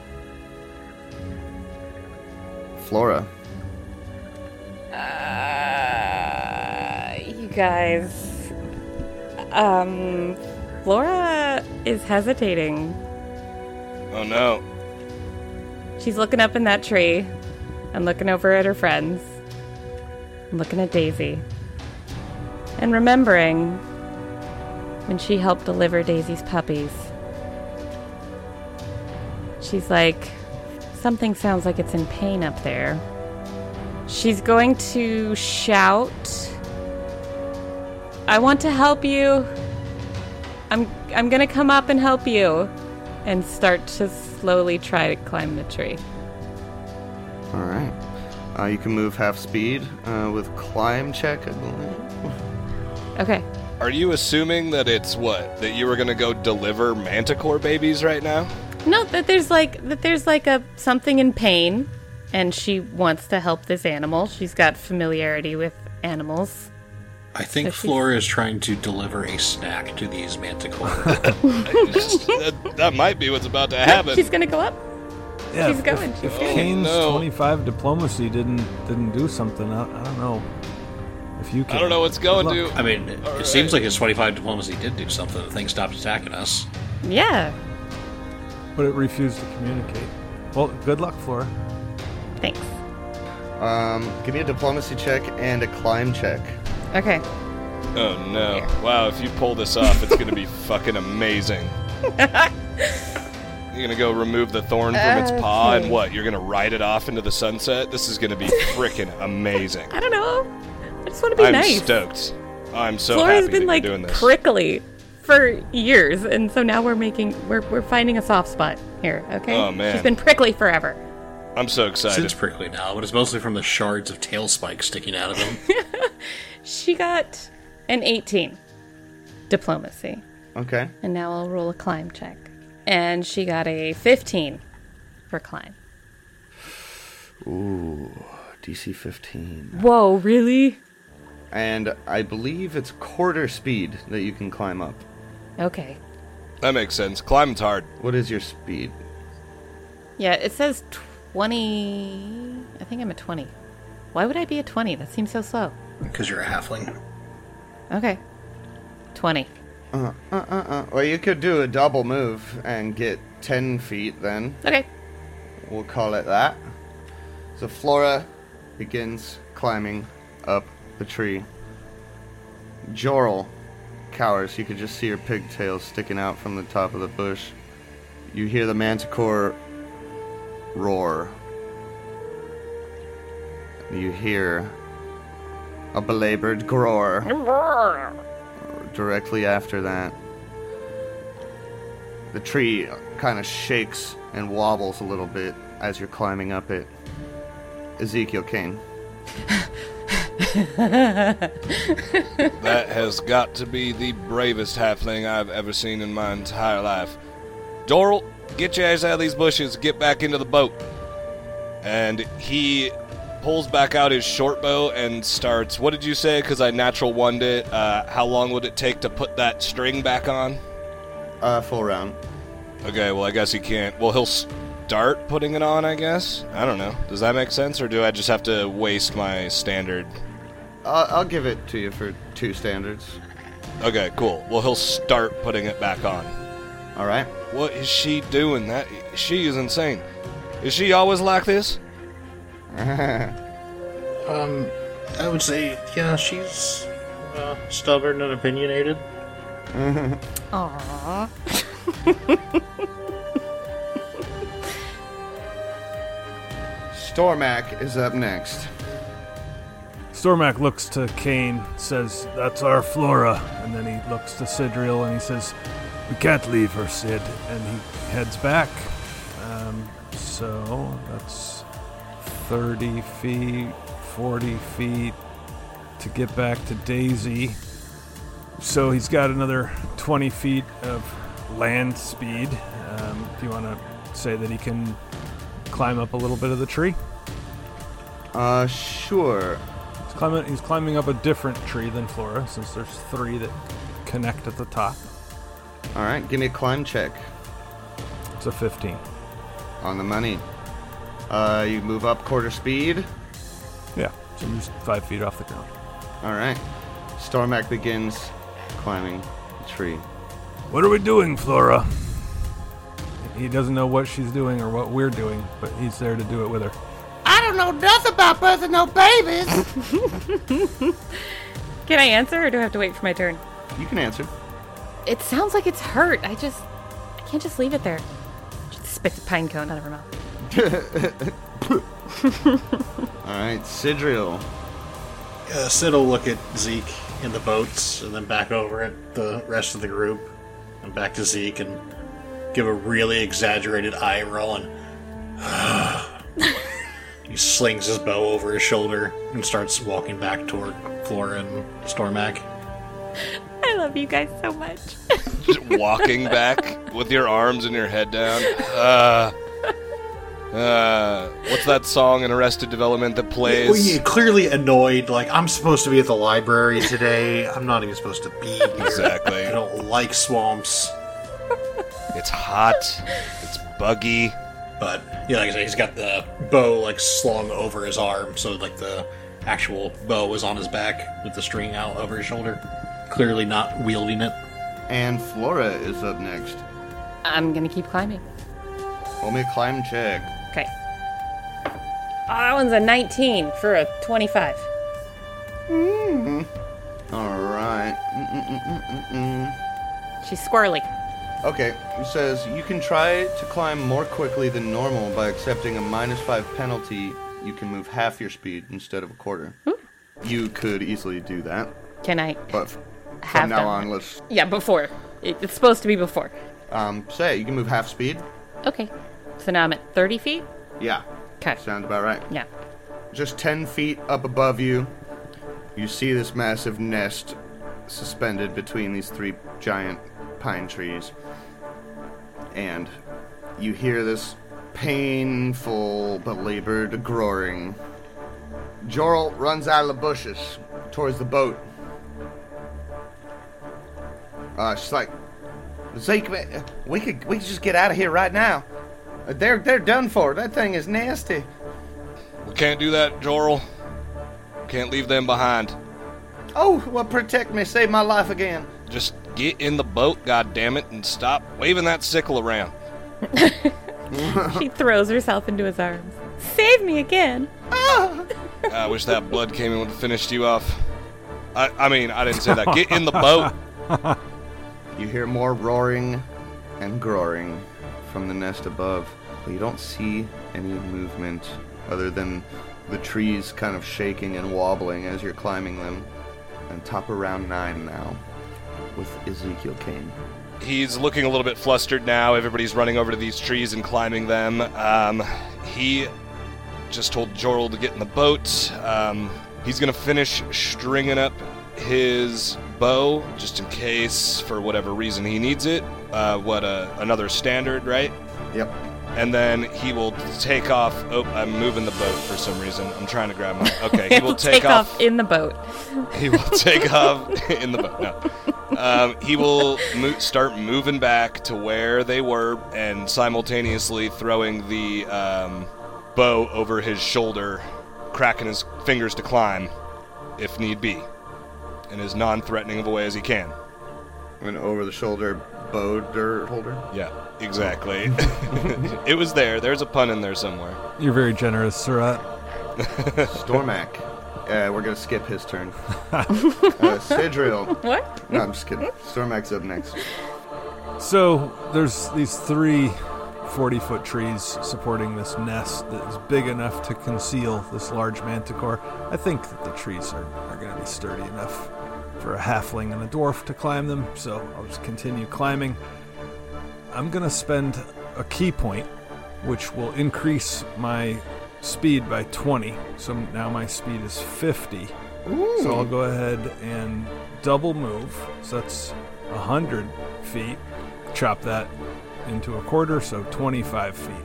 S2: Flora.
S3: Uh, you guys. Um, Flora is hesitating.
S5: Oh no.
S3: She's looking up in that tree and looking over at her friends, and looking at Daisy, and remembering when she helped deliver Daisy's puppies. She's like, something sounds like it's in pain up there. She's going to shout, I want to help you. I'm, I'm going to come up and help you. And start to slowly try to climb the tree.
S2: All right. Uh, you can move half speed uh, with climb check, I believe.
S3: Okay.
S5: Are you assuming that it's what? That you were gonna go deliver manticore babies right now?
S3: No, that there's like that there's like a something in pain and she wants to help this animal. She's got familiarity with animals.
S4: I think
S3: So she's-
S4: Flora is trying to deliver a snack to these manticore.
S5: that, that might be what's about to happen.
S3: She's gonna go up.
S1: Yeah,
S3: She's
S1: if-
S3: going,
S1: If,
S3: she's
S1: if
S5: going.
S1: Kane's
S5: Oh, No.
S1: 25 diplomacy didn't didn't do something, I, I don't know. If you can,
S5: I don't know what's going to.
S4: I mean, it,
S5: All
S4: it seems
S5: right.
S4: like his 25 diplomacy did do something. The thing stopped attacking us.
S3: Yeah.
S1: but it refused to communicate. Well, good luck, Flora.
S3: Thanks.
S2: Um, give me a diplomacy check and a climb check.
S3: Okay.
S5: Oh no. Wow, if you pull this off, it's gonna be fucking amazing. You're gonna go remove the thorn from
S3: Uh,
S5: its paw and
S3: Okay.
S5: what? You're gonna ride it off into the sunset? This is gonna be freaking amazing.
S3: I don't know. I just want to be
S5: I'm
S3: nice.
S5: stoked. I'm so
S3: Flora's
S5: happy that
S3: been
S5: you're
S3: like
S5: doing this.
S3: prickly for years, and so now we're making we're we're finding a soft spot here. Okay.
S5: Oh, man.
S3: She's been prickly forever.
S5: I'm so excited.
S4: It's prickly now, but it's mostly from the shards of tail spikes sticking out of him.
S3: She got an 18 diplomacy,
S2: Okay.
S3: and now I'll roll a climb check, and she got a 15 for climb.
S2: Ooh, DC 15.
S3: Whoa, really?
S2: And I believe it's quarter speed that you can climb up.
S3: Okay.
S5: that makes sense. Climbing's hard.
S2: What is your speed?
S3: Yeah, it says 20. I think I'm a 20. Why would I be a 20? That seems so slow.
S4: Because you're a halfling.
S3: Okay. 20.
S2: Uh, uh, uh, uh. Well, you could do a double move and get 10 feet then.
S3: Okay.
S2: We'll call it that. So Flora begins climbing up the tree. Jorl cowers. You could just see her pigtails sticking out from the top of the bush. You hear the manticore roar. You hear a belabored groar directly after that. The tree kind of shakes and wobbles a little bit as you're climbing up it. Ezekiel Kane.
S5: That has got to be the bravest halfling I've ever seen in my entire life. Doral, get your ass out of these bushes, get back into the boat. And he pulls back out his short bow and starts. What did you say? Because I natural one it. Uh, how long would it take to put that string back on?
S2: Uh, full round.
S5: Okay, well, I guess he can't. Well, he'll start putting it on, I guess. I don't know. Does that make sense, or do I just have to waste my standard
S2: I'll, I'll give it to you for two standards.
S5: Okay, cool. Well, he'll start putting it back on.
S2: All right.
S5: What is she doing? That she is insane. Is she always like this?
S4: Um, I would say, yeah, she's uh, stubborn and opinionated.
S3: Aww.
S2: Stormac is up next.
S1: Stormac looks to Kane, says, "That's our Flora," and then he looks to Sidriel and he says, "We can't leave her, Sid," and he heads back. Um, so that's thirty feet, forty feet to get back to Daisy. So he's got another twenty feet of land speed. Um, if you want to say that he can climb up a little bit of the tree.
S2: Uh, sure.
S1: He's climbing, he's climbing up a different tree than Flora, since there's three that connect at the top.
S2: All right. Give me a climb check.
S1: It's a 15.
S2: On the money. Uh, you move up quarter speed.
S1: Yeah. So you're just five feet off the ground.
S2: All right. Stormak begins climbing the tree.
S1: What are we doing, Flora? He doesn't know what she's doing or what we're doing, but he's there to do it with her.
S6: I don't know nothing about birthing no babies.
S3: Can I answer, or do I have to wait for my turn?
S2: You can answer.
S3: It sounds like it's hurt. I just, I can't just leave it there. Just spit the pine cone out of her mouth.
S2: All right, Sidriel.
S4: Uh, Sid will look at Zeke in the boats and then back over at the rest of the group and back to Zeke and give a really exaggerated eye roll and he slings his bow over his shoulder and starts walking back toward Flora and Stormac.
S3: I love you guys so much.
S5: Just walking back with your arms and your head down. Uh, uh, what's that song in Arrested Development that plays?
S4: Well, you clearly annoyed, like, I'm supposed to be at the library today. I'm not even supposed to be here.
S5: Exactly.
S4: I don't like swamps.
S5: It's hot. It's buggy.
S4: But yeah, like I said, he's got the bow like slung over his arm, so like the actual bow is on his back with the string out over his shoulder. Clearly not wielding it.
S2: And Flora is up next.
S3: I'm gonna keep climbing.
S2: Roll me a climb check.
S3: Okay. Oh, that one's a 19 for a 25.
S2: All right.
S3: She's squirrely.
S2: Okay, it says you can try to climb more quickly than normal by accepting a minus five penalty. You can move half your speed instead of a quarter. You could easily do that,
S3: Can I
S2: but f-
S3: have
S2: from now
S3: done
S2: on,
S3: that.
S2: let's
S3: Yeah, before. It, it's supposed to be before.
S2: um, say you can move half speed.
S3: Okay. So now I'm at 30 feet?
S2: Yeah,
S3: Okay.
S2: sounds about right.
S3: Yeah.
S2: Just ten feet up above you, you see this massive nest suspended between these three giant pine trees, and you hear this painful, belabored roaring. Jorl runs out of the bushes towards the boat. Uh, she's like, Zeke, ma- uh, we could we could just get out of here right now. Uh, They're they're done for. That thing is nasty.
S5: We can't do that, Jorl. Can't leave them behind.
S2: Oh, well, protect me, save my life again.
S5: Just get in the boat, goddammit, and stop waving that sickle around.
S3: She throws herself into his arms. Save me again.
S5: I wish that blood came and would have finished you off. I, I mean, I didn't say that. Get in the boat.
S2: You hear more roaring and growling from the nest above, but you don't see any movement other than the trees kind of shaking and wobbling as you're climbing them. And top of round nine now with Ezekiel Kane.
S5: He's looking a little bit flustered now. Everybody's running over to these trees and climbing them. Um, he just told Jorl to get in the boat. Um, he's going to finish stringing up his bow just in case, for whatever reason, he needs it. Uh, what, uh, another standard, right?
S2: Yep.
S5: And then he will take off. Oh, I'm moving the boat for some reason. I'm trying to grab my. Okay, he will take, off.
S3: in the boat.
S5: He will take off in the boat. No. Um, he will mo- start moving back to where they were and simultaneously throwing the um, bow over his shoulder, cracking his fingers to climb, if need be, in as non threatening of a way as he can.
S2: An over the shoulder bow dirt holder.
S5: Yeah, exactly. it was there. There's a pun in there somewhere.
S1: You're very generous, Surat.
S2: Stormac. Uh, we're gonna skip his turn. uh, Sidriel.
S3: What?
S2: No, I'm just kidding. Stormac's up next.
S1: So there's these three 40 foot trees supporting this nest that is big enough to conceal this large manticore. I think that the trees are, are going to be sturdy enough for a halfling and a dwarf to climb them, so I'll just continue climbing. I'm going to spend a key point, which will increase my speed by 20. So now my speed is 50. So I'll go ahead and double move. So that's 100 feet. Chop that into a quarter, so 25 feet.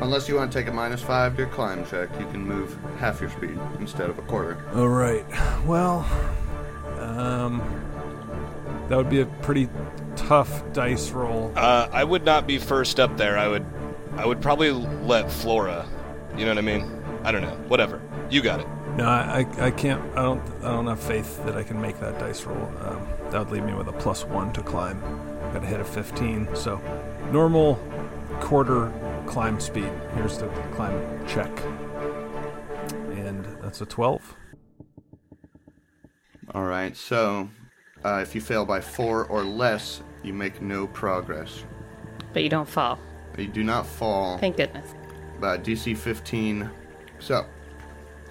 S2: Unless you want to take a minus five to your climb check, you can move half your speed instead of a quarter.
S1: All right. Well, um, that would be a pretty tough dice roll.
S5: Uh, I would not be first up there. I would I would probably let Flora. You know what I mean? I don't know. Whatever. You got it.
S1: No, I, I, I can't. I don't. I don't have faith that I can make that dice roll. Um, that would leave me with a plus one to climb. Got to hit a 15. So, normal quarter climb speed. Here's the climb check, and that's a 12.
S2: All right, so uh, if you fail by four or less, you make no progress.
S3: But you don't fall.
S2: You do not fall
S3: Thank goodness.
S2: by DC 15. So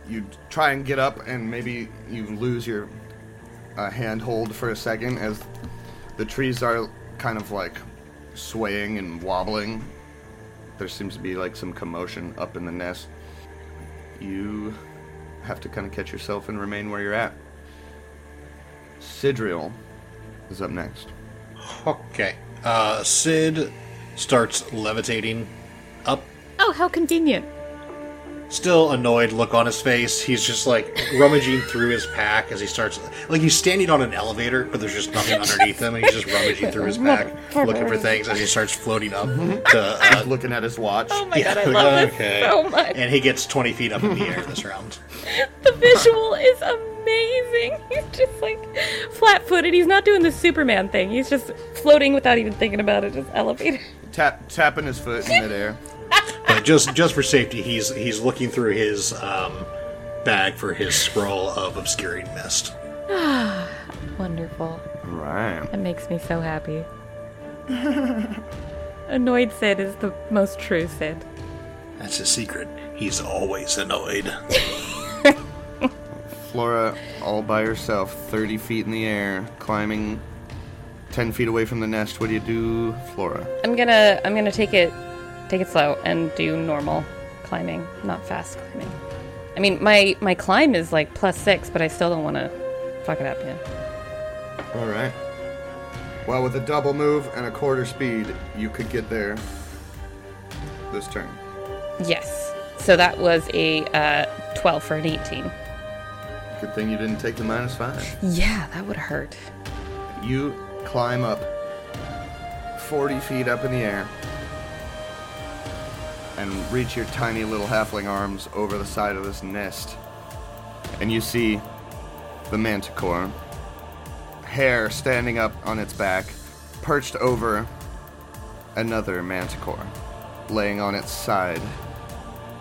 S2: you try and get up, and maybe you lose your uh, handhold for a second as the trees are kind of like swaying and wobbling. There seems to be like some commotion up in the nest. You have to kind of catch yourself and remain where you're at. Sidriel is up next.
S4: Okay. Uh, Sid starts levitating up.
S3: Oh, how convenient.
S4: Still annoyed look on his face. He's just like rummaging through his pack as he starts. Like he's standing on an elevator, but there's just nothing underneath him, and he's just rummaging through his pack, looking for things as he starts floating up to uh,
S2: Looking at his watch.
S3: Oh my god, I love
S4: okay.
S3: this Oh so much.
S4: And he gets 20 feet up in the air this round.
S3: The visual is amazing. He's just like flat footed. He's not doing the Superman thing. He's just floating without even thinking about it, just elevator.
S2: Tap tapping his foot in midair.
S4: But just just for safety, he's he's looking through his um, bag for his scroll of obscuring mist.
S3: Wonderful.
S2: Right.
S3: That makes me so happy. Annoyed Sid is the most true Sid.
S4: That's his secret. He's always annoyed.
S2: Flora, all by herself, 30 feet in the air, climbing 10 feet away from the nest. What do you do, Flora?
S3: I'm gonna I'm gonna take it take it slow and do normal climbing, not fast climbing. I mean my my climb is like plus six, but I still don't wanna fuck it up, man.
S2: All right. Well, with a double move and a quarter speed, you could get there this turn.
S3: Yes. So that was a uh, 12 for an 18.
S2: Good thing you didn't take the minus five.
S3: Yeah, that would hurt.
S2: You climb up 40 feet up in the air and reach your tiny little halfling arms over the side of this nest. And you see the manticore, hair standing up on its back, perched over another manticore, laying on its side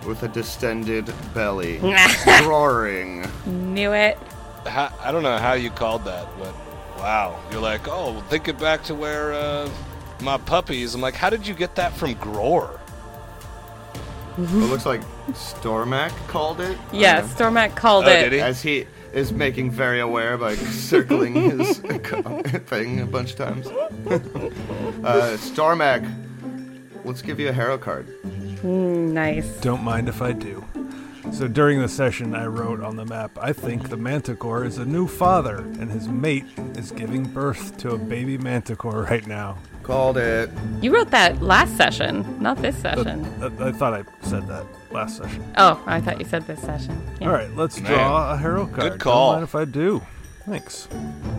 S2: with a distended belly, roaring.
S3: Knew it.
S5: How, I don't know how you called that, but wow. You're like, oh, well, thinking back to where uh, my puppies. I'm like, how did you get that from Gror?
S2: It looks like Stormac called it.
S3: Yeah, Stormac called
S5: Oh,
S3: it.
S5: did he?
S2: as he is making very aware by circling his thing a bunch of times. uh, Starmac, let's give you a hero card.
S3: Nice.
S1: Don't mind if I do. So during the session, I wrote on the map, I think the manticore is a new father, and his mate is giving birth to a baby manticore right now.
S2: Called it.
S3: You wrote that last session, not this session.
S1: I, I thought I said that last session.
S3: Oh, I thought you said this session. Yeah.
S1: All right, let's draw a hero card.
S5: call.
S1: Don't mind if I do. Thanks.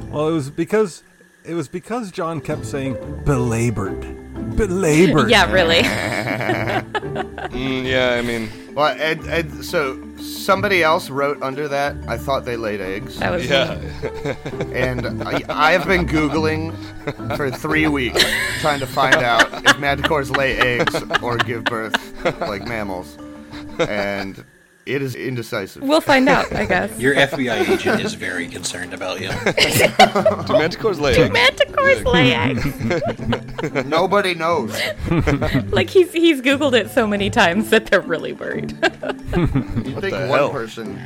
S1: Well, it was because it was because John kept saying belabored, belabored.
S3: Yeah, really.
S5: Mm, yeah, I mean,
S2: Well, and, and so somebody else wrote under that. I thought they laid eggs,
S3: That was me.
S5: yeah.
S2: and I, I have been googling for three weeks trying to find out if manticores lay eggs or give birth like mammals, and it is indecisive.
S3: We'll find out, I guess.
S4: Your FBI agent is very concerned about you.
S5: Do manticores lay eggs?
S3: Manticore's lay eggs.
S2: Nobody knows.
S3: like he's he's googled it so many times that they're really worried.
S2: You'd think
S5: the
S2: one
S5: hell?
S2: person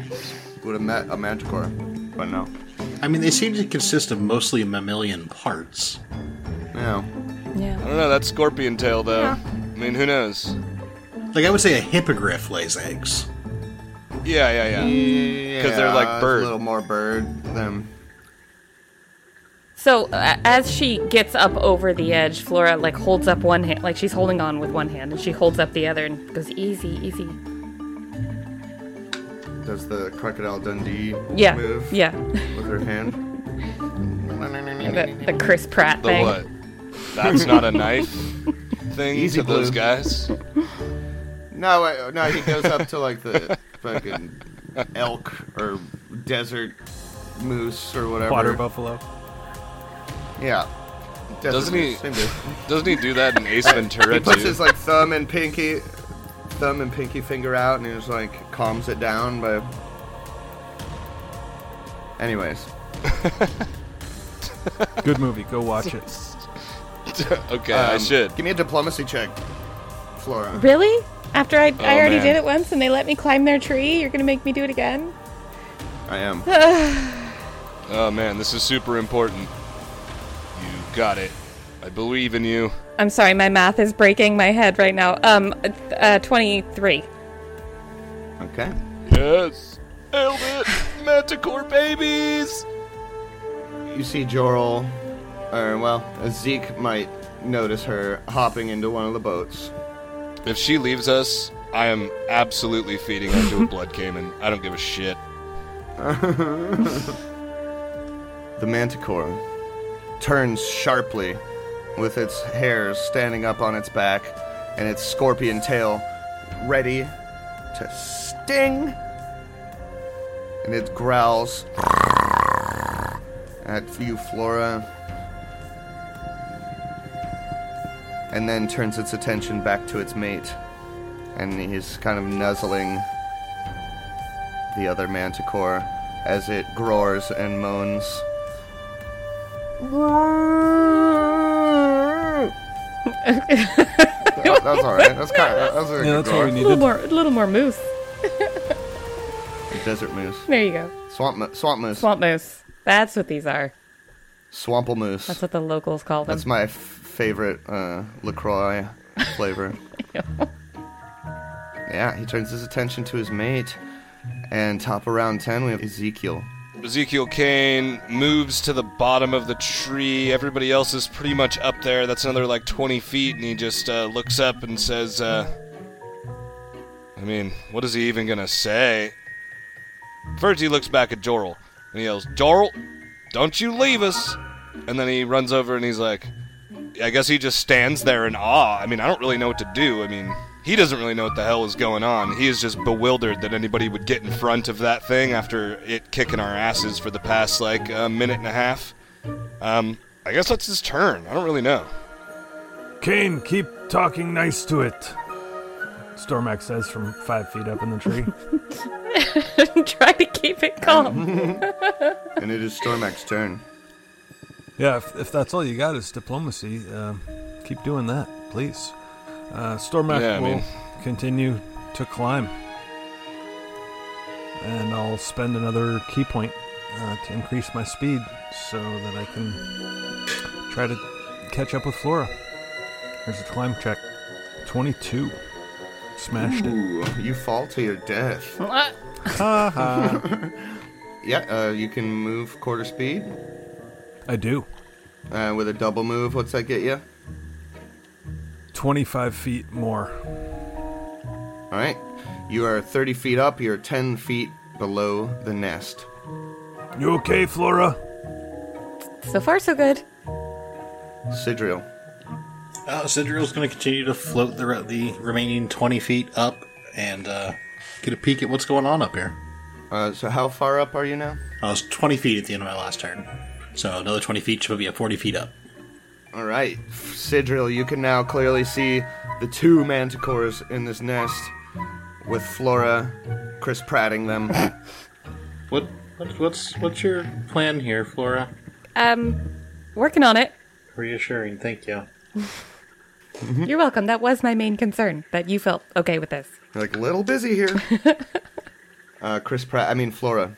S2: would have met a manticore, but no.
S4: I mean, they seem to consist of mostly mammalian parts.
S2: No.
S5: I
S3: yeah.
S5: don't know. That's scorpion tail, though. I mean, who knows?
S4: Like I would say, a hippogriff lays eggs.
S5: Yeah, yeah, yeah.
S2: Because
S5: they're like bird.
S2: A little more bird than.
S3: So uh, as she gets up over the edge, Flora like holds up one hand, like she's holding on with one hand, and she holds up the other and goes easy, easy.
S2: Does the crocodile Dundee
S3: Yeah,
S2: move
S3: yeah.
S2: with her hand?
S3: The, the Chris Pratt
S5: The
S3: thing.
S5: what? That's not a knife thing
S2: Easy
S5: to those
S2: blue.
S5: guys.
S2: No, wait, no, he goes up to like the fucking elk or desert moose or whatever.
S1: Water buffalo.
S2: Yeah. Desert
S5: Doesn't he-
S2: moose, same deal.
S5: Doesn't he do that in Ace Ventura
S2: He
S5: too?
S2: puts his like thumb and pinky, thumb and pinky finger out, and he just like calms it down. But, anyways,
S1: Good movie. Go watch it.
S5: okay, I
S2: um,
S5: should.
S2: give me a diplomacy check, Flora.
S3: Really? After I, I
S5: Oh,
S3: already
S5: man.
S3: did it once and they let me climb their tree, you're gonna make me do it again?
S2: I am.
S5: Oh man, this is super important. You got it. I believe in you.
S3: I'm sorry, my math is breaking my head right now. Um, uh, 23.
S2: Okay.
S5: Yes. Nailed it. Manticore babies.
S2: You see Jorl, or well, Zeke might notice her hopping into one of the boats.
S5: If she leaves us, I am absolutely feeding her to a blood caiman. I don't give a shit.
S2: The manticore turns sharply with its hairs standing up on its back and its scorpion tail ready to sting. And it growls at you, Flora, and then turns its attention back to its mate. And he's kind of nuzzling the other manticore as it roars and moans. that, that was alright. That's kind of that was a
S1: Yeah,
S2: good
S1: that's what
S2: roar.
S1: we
S3: A little
S1: needed.
S3: more, a little more moose.
S2: Desert moose,
S3: There you go.
S2: swamp mo- swamp moose,
S3: Swamp moose. That's what these are.
S2: swample moose.
S3: That's what the locals call them.
S2: That's my f- favorite uh, Lacroix flavor. yeah, he turns his attention to his mate, and top around ten we have Ezekiel.
S5: Ezekiel Kane moves to the bottom of the tree. Everybody else is pretty much up there. That's another like 20 feet, and he just uh, looks up and says, uh, I mean, what is he even gonna say? First, he looks back at Jorl and he yells, Jorl, don't you leave us! And then he runs over and he's like, I guess he just stands there in awe. I mean, I don't really know what to do. I mean, he doesn't really know what the hell is going on. He is just bewildered that anybody would get in front of that thing after it kicking our asses for the past, like, a minute and a half. Um, I guess that's his turn. I don't really know.
S1: Kane, keep talking nice to it. Stormac says from five feet up in the tree.
S3: Try to keep it calm.
S2: And it is Stormax's turn.
S1: yeah, if, if that's all you got is diplomacy, um, keep doing that, please. Uh, Stormac
S5: Yeah, I
S1: will
S5: mean-
S1: continue to climb. And I'll spend another key point uh, to increase my speed so that I can try to catch up with Flora. Here's a climb check 22. Smashed it.
S2: Ooh, you fall to your death.
S3: Ah,
S1: Ha ha.
S2: Yeah, uh, you can move quarter speed
S1: I do.
S2: uh, with a double move. What's that get you?
S1: 25 feet more.
S2: All right, you are 30 feet up. You're 10 feet below the nest.
S1: You okay, Flora?
S3: so far, so good.
S2: Sidriel.
S4: Uh, Cinderella's going to continue to float the, re- the remaining 20 feet up and uh, get a peek at what's going on up here.
S2: Uh, so how far up are you now?
S4: I was 20 feet at the end of my last turn. So another 20 feet should put me at 40 feet up.
S2: All right, Sidril, you can now clearly see the two manticores in this nest, with Flora, Chris Pratting them.
S4: What, what what's what's your plan here, Flora?
S3: Um, working on it.
S4: Reassuring, thank you.
S3: You're welcome. That was my main concern that you felt okay with this.
S2: like a little busy here. Uh, Chris Pratt, I mean Flora.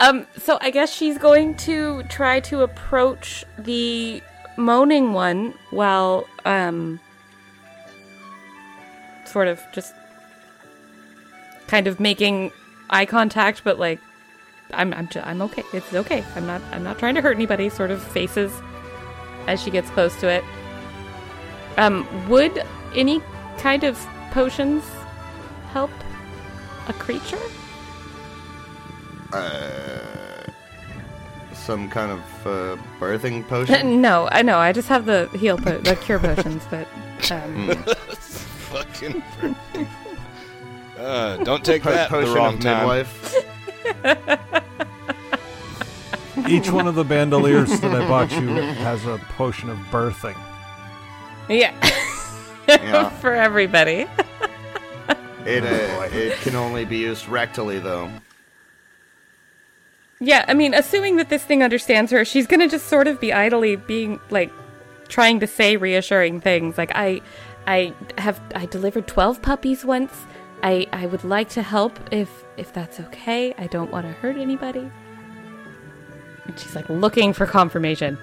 S3: Um, so I guess she's going to try to approach the moaning one while, um, sort of just kind of making eye contact, but like, I'm, I'm, ju- I'm okay. It's okay. I'm not, I'm not trying to hurt anybody. Sort of faces as she gets close to it. Um, would any kind of potions help a creature?
S2: Some kind of uh, birthing potion.
S3: no, I know. I just have the heal po- the cure potions, but um,
S5: fucking. Uh, don't take
S2: Po-
S5: that the
S2: potion
S5: wrong
S2: of
S5: time.
S2: midwife.
S1: Each one of the bandoliers that I bought you has a potion of birthing.
S3: Yeah,
S2: Yeah.
S3: for everybody.
S5: Oh,
S2: It, uh, it can only be used rectally, though.
S3: Yeah, I mean, assuming that this thing understands her, she's gonna just sort of be idly being like trying to say reassuring things like I I have I delivered 12 puppies once. I I would like to help if if that's okay. I don't want to hurt anybody. And she's like looking for confirmation.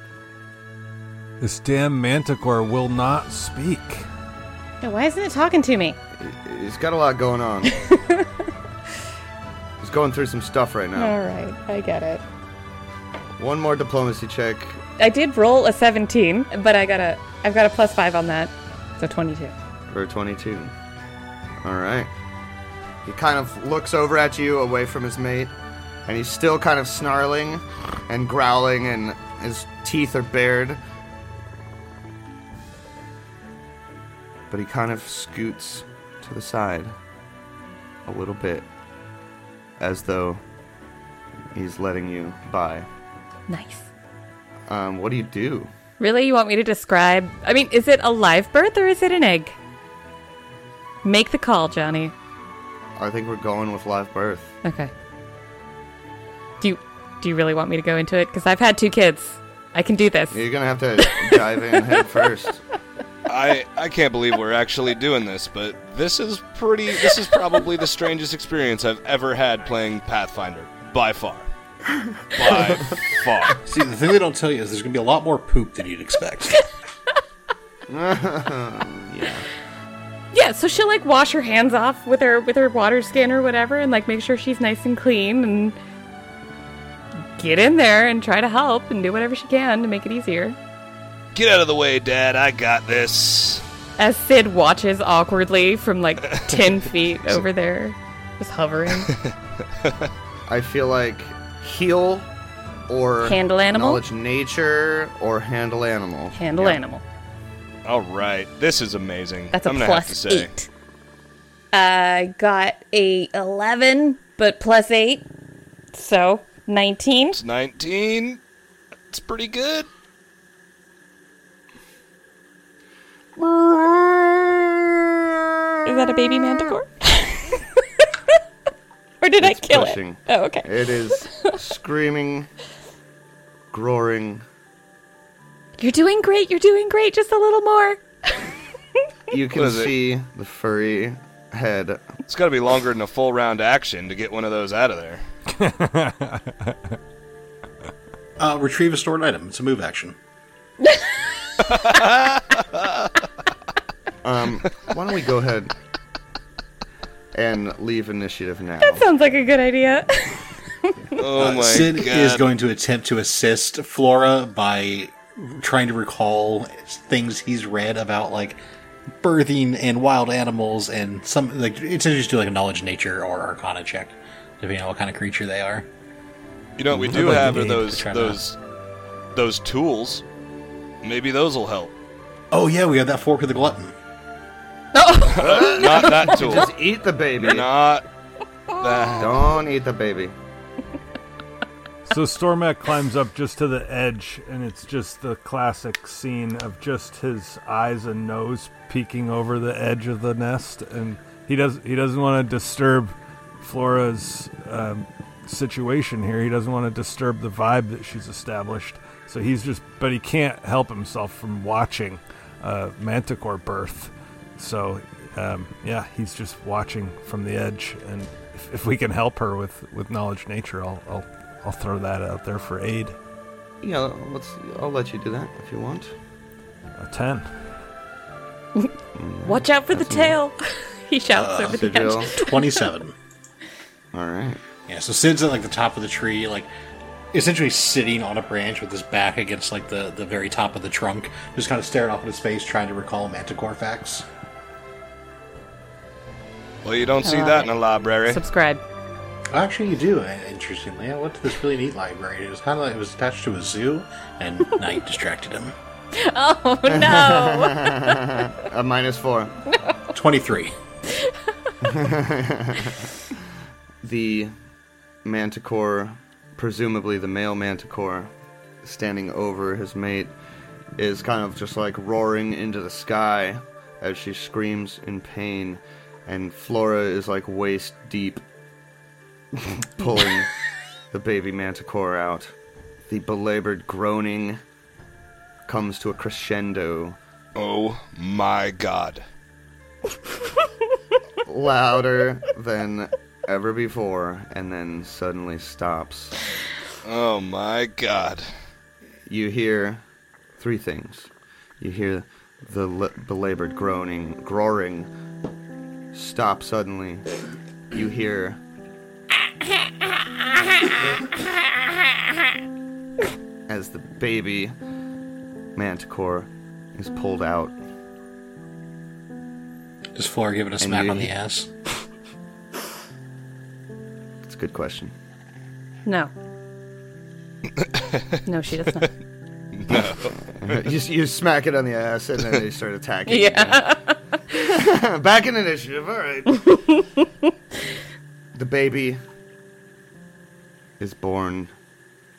S1: This damn manticore will not speak.
S3: Yeah, why isn't it talking to me?
S2: He's got a lot going on. He's going through some stuff right now.
S3: All right, I get it.
S2: One more diplomacy check.
S3: I did roll a 17, but I got a I've got a plus 5 on that. So 22.
S2: for 22. All right. He kind of looks over at you, away from his mate, and he's still kind of snarling and growling, and his teeth are bared. But he kind of scoots to the side a little bit, as though he's letting you by.
S3: Nice.
S2: Um, what do you do?
S3: Really? You want me to describe? I mean, is it a live birth or is it an egg? Make the call, Johnny.
S2: I think we're going with live birth.
S3: Okay. Do you do you really want me to go into it? Because I've had two kids. I can do this.
S2: You're gonna have to dive in head first.
S5: I I can't believe we're actually doing this, but this is pretty. This is probably the strangest experience I've ever had playing Pathfinder by far. By far.
S4: See, the thing they don't tell you is there's going to be a lot more poop than you'd expect.
S3: Yeah. So she'll like wash her hands off with her with her water skin or whatever, and like make sure she's nice and clean, and get in there and try to help and do whatever she can to make it easier.
S5: Get out of the way, Dad. I got this.
S3: As Sid watches awkwardly from like ten feet over there, just hovering.
S2: I feel like heal or
S3: Handle animal?
S2: knowledge nature or handle animal.
S3: Handle animal.
S5: All right, this is amazing.
S3: That's a
S5: I'm gonna
S3: plus
S5: have to say.
S3: eight. I got a eleven, but plus eight, so nineteen.
S5: It's 19. It's pretty good.
S3: Is that a baby manticore? or did
S2: It's
S3: I kill
S2: pushing.
S3: it? Oh, okay.
S2: It is screaming, roaring.
S3: You're doing great. You're doing great. Just a little more.
S2: You can
S5: is it?
S2: see the furry head.
S5: It's got to be longer than a full round action to get one of those out of there.
S4: uh, retrieve a stored item. It's a move action.
S2: Um, why don't we go ahead and leave initiative now?
S3: Sounds like a good idea.
S5: Oh my
S4: Sid
S5: god.
S4: is going to attempt to assist Flora by trying to recall things he's read about, like birthing and wild animals, and some like it's just do like a knowledge nature or arcana check, depending on what kind of creature they are.
S5: you know what we
S4: I'd
S5: do
S4: like to
S5: have
S4: be
S5: are
S4: able to
S5: those
S4: try
S5: those those tools. Maybe those will help.
S4: Oh yeah, we have that fork of the glutton.
S5: Not that tool.
S2: Just eat the baby.
S5: Not that.
S2: Don't eat the baby.
S1: So Stormak climbs up just to the edge, and it's just the classic scene of just his eyes and nose peeking over the edge of the nest, and he does he doesn't want to disturb Flora's um, situation here. He doesn't want to disturb the vibe that she's established. So he's just, but he can't help himself from watching uh, Manticore birth. So um, yeah, he's just watching from the edge, and if, if we can help her with with knowledge nature, I'll, I'll I'll throw that out there for aid.
S2: Yeah, let's. I'll let you do that if you want.
S1: A ten.
S3: Watch out for the tail. he
S5: Uh,
S3: shouts over the
S2: Sigil.
S3: edge.
S4: Twenty-seven.
S2: All right.
S4: Yeah, so Sid's at like the top of the tree, like essentially sitting on a branch with his back against like the, the very top of the trunk, just kind of staring off into space, trying to recall Manticore facts.
S5: Well, you don't see that
S2: Uh,
S5: in a library.
S3: Subscribe.
S4: Actually, you do. uh, Interestingly, I went to this really neat library. It was kind of like it was attached to a zoo, and Night distracted him.
S3: Oh no!
S2: A minus four.
S4: 23.
S2: the manticore, presumably the male manticore, standing over his mate, is kind of just like roaring into the sky as she screams in pain, and Flora is like waist deep pulling the baby manticore out. The belabored groaning comes to a crescendo,
S5: Oh my god.
S2: louder than ever before, and then suddenly stops.
S5: Oh my god.
S2: you hear three things. You hear the l- belabored groaning, roaring, stop suddenly. You hear. as the baby manticore is pulled out.
S4: Does Flora give it a smack
S2: you-
S4: on the ass?
S2: It's a good question.
S3: no. No, she does not.
S2: you, you smack it on the ass and then they start attacking.
S3: Yeah.
S2: Back in initiative, alright. the baby is born,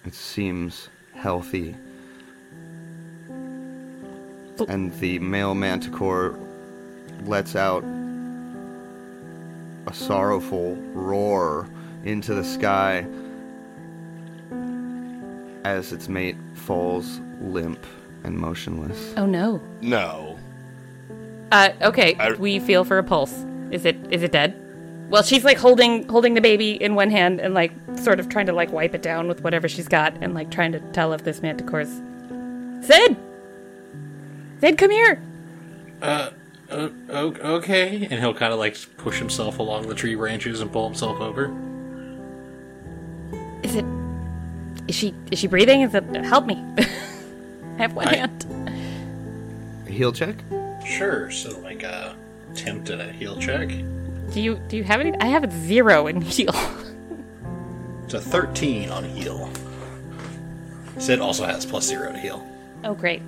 S2: it seems healthy. And the male manticore lets out a sorrowful roar into the sky as its mate falls limp and motionless.
S3: Oh no.
S5: No.
S3: Uh, okay,
S5: I-
S3: we feel for a pulse. Is it is it dead? Well, she's like holding holding the baby in one hand and like sort of trying to like wipe it down with whatever she's got and like trying to tell if this manticore's Zed. Zed, come here.
S4: O- o- okay. And he'll kind of like push himself along the tree branches and pull himself over.
S3: Is it? Is she is she breathing? Is it? Help me. I have one
S4: I-
S3: hand.
S2: Heel check?
S4: Sure. So, like, uh, attempt at a heel check.
S3: Do you do you have any? I have a zero in heal.
S4: It's a 13 on heal. Sid also has plus zero to heal.
S3: oh great.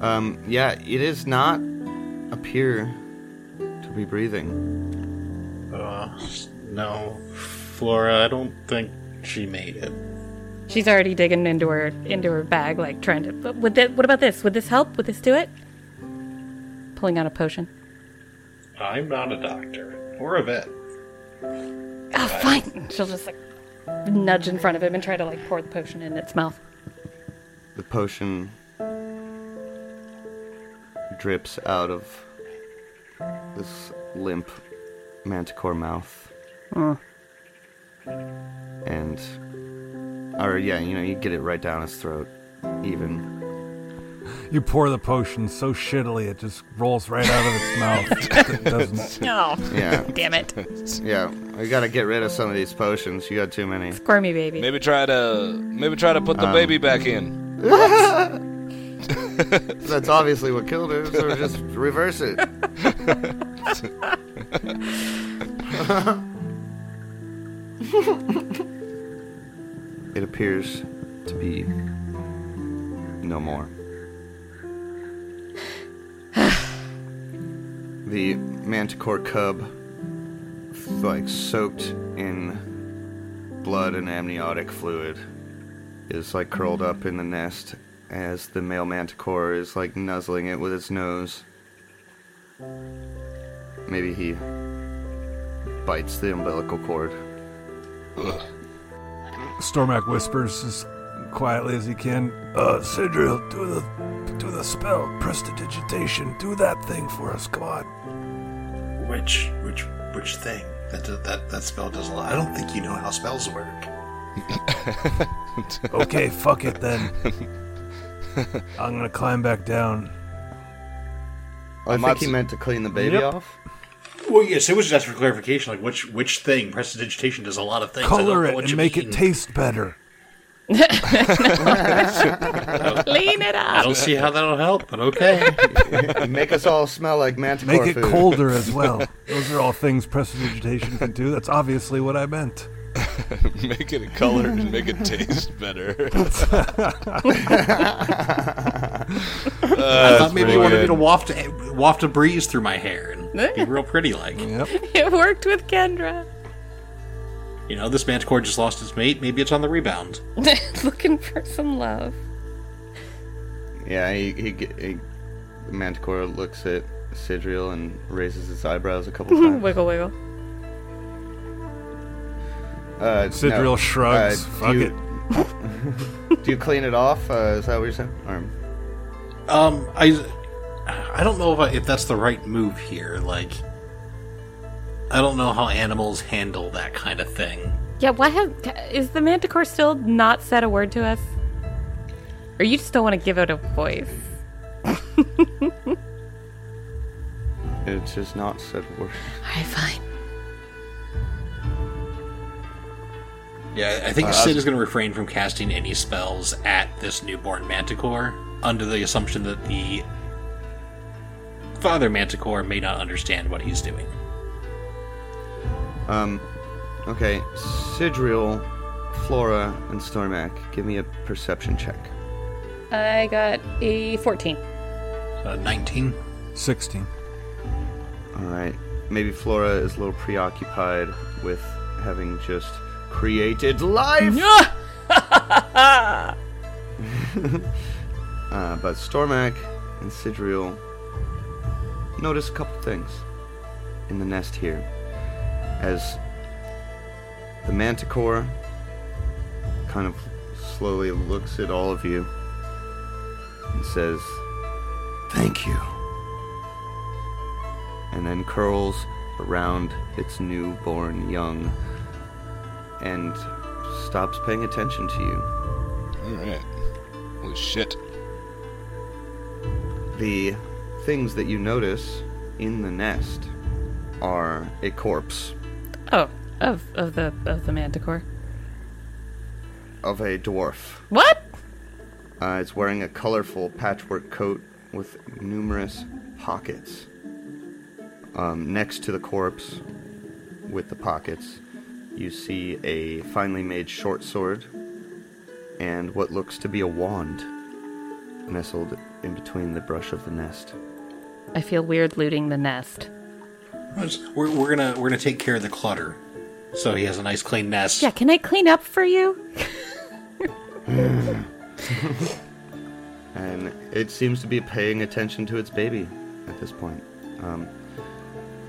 S2: Um, yeah, it does not appear to be breathing.
S4: Uh, no. Flora, I don't think she made it.
S3: She's already digging into her into her bag, like trying to. But would that, what about this? Would this help? Would this do it? Pulling out a potion.
S4: I'm not a doctor or a vet.
S3: Oh, fine. She'll just like nudge in front of him and try to like pour the potion in its mouth.
S2: The potion drips out of this limp manticore mouth. And, or yeah, you know, you get it right down his throat, even.
S1: You pour the potion so shittily it just rolls right out of its mouth. It doesn't.
S3: No.
S2: Yeah,
S3: Oh, Damn it.
S2: yeah. We gotta get rid of some of these potions. You got too many.
S3: Squirmy baby.
S5: Maybe try to maybe try to put the
S2: Um,
S5: baby back in.
S2: That's obviously what killed her, so just reverse it. it appears to be no more. the manticore cub, like soaked in blood and amniotic fluid, is like curled up
S1: Mm.
S2: in the nest as the male manticore is like nuzzling it with its nose. Maybe he bites the umbilical cord.
S1: Stormak whispers as quietly as he can. Uh, Sidril, do the do the spell, prestidigitation. Do that thing for us. Come on.
S4: Which, which, which thing? That that that spell does a lot. I don't think you know how spells work.
S1: Okay, fuck it then. I'm gonna climb back down.
S2: I think
S5: not
S2: he
S5: s-
S2: meant to clean the baby
S1: Yep.
S2: off.
S4: Well, yes, it was just for clarification. Like, which which thing? Prestidigitation does a lot of things. I don't
S1: Color
S4: know
S1: it
S4: what
S1: and
S4: you
S1: make
S4: mean.
S1: it taste better.
S3: Clean it
S4: I
S3: up.
S4: don't see how that'll help, but okay.
S2: Make us all smell like manticore
S1: Make it
S2: food.
S1: colder as well. Those are all things prestidigitation can do. That's obviously what I meant.
S5: make it a color and make it taste better.
S4: I thought maybe you wanted me to waft waft a breeze through my hair and be real pretty like.
S1: Yep.
S3: It worked with Kendra.
S4: You know, this manticore just lost its mate. Maybe it's on the rebound.
S3: Looking for some love.
S2: Yeah, he, he, ge- he Manticore looks at Sidriel and raises his eyebrows a couple times.
S3: Wiggle, wiggle.
S2: Uh,
S1: Sidriel
S2: no.
S1: shrugs.
S2: Uh,
S1: Fuck
S2: do you,
S1: it.
S2: Do you clean it off? Uh, is that what you're saying? Or,
S4: Um, I, I don't know if I, if that's the right move here. Like, I don't know how animals handle that kind of thing.
S3: Yeah, why have is the manticore still not said a word to us? Or you just don't want to give out a voice?
S2: it's just not said word.
S3: All right, fine.
S4: Yeah, I think Sid is going to refrain from casting any spells at this newborn manticore under the assumption that the father manticore may not understand what he's doing.
S2: Um, okay, Sidriel, Flora, and Stormac, give me a perception check.
S3: I got a fourteen.
S4: Uh, 19.
S1: 16.
S2: All right, maybe Flora is a little preoccupied with having just created life. Uh, but Stormac and Sidriel notice a couple things in the nest here. As the manticore kind of slowly looks at all of you and says, Thank you. And then curls around its newborn young and stops paying attention to you.
S5: All right. Holy shit.
S2: The things that you notice in the nest are a corpse
S3: Oh, of of the of the manticore.
S2: of a dwarf.
S3: What?
S2: Uh, it's wearing a colorful patchwork coat with numerous pockets. Um, next to the corpse, with the pockets, you see a finely made short sword and what looks to be a wand nestled in between the brush of the nest.
S3: I feel weird looting the nest.
S4: We're, we're gonna we're gonna take care of the clutter, so he has a nice clean nest.
S3: Yeah, can I clean up for you?
S2: and it seems to be paying attention to its baby at this point. Um,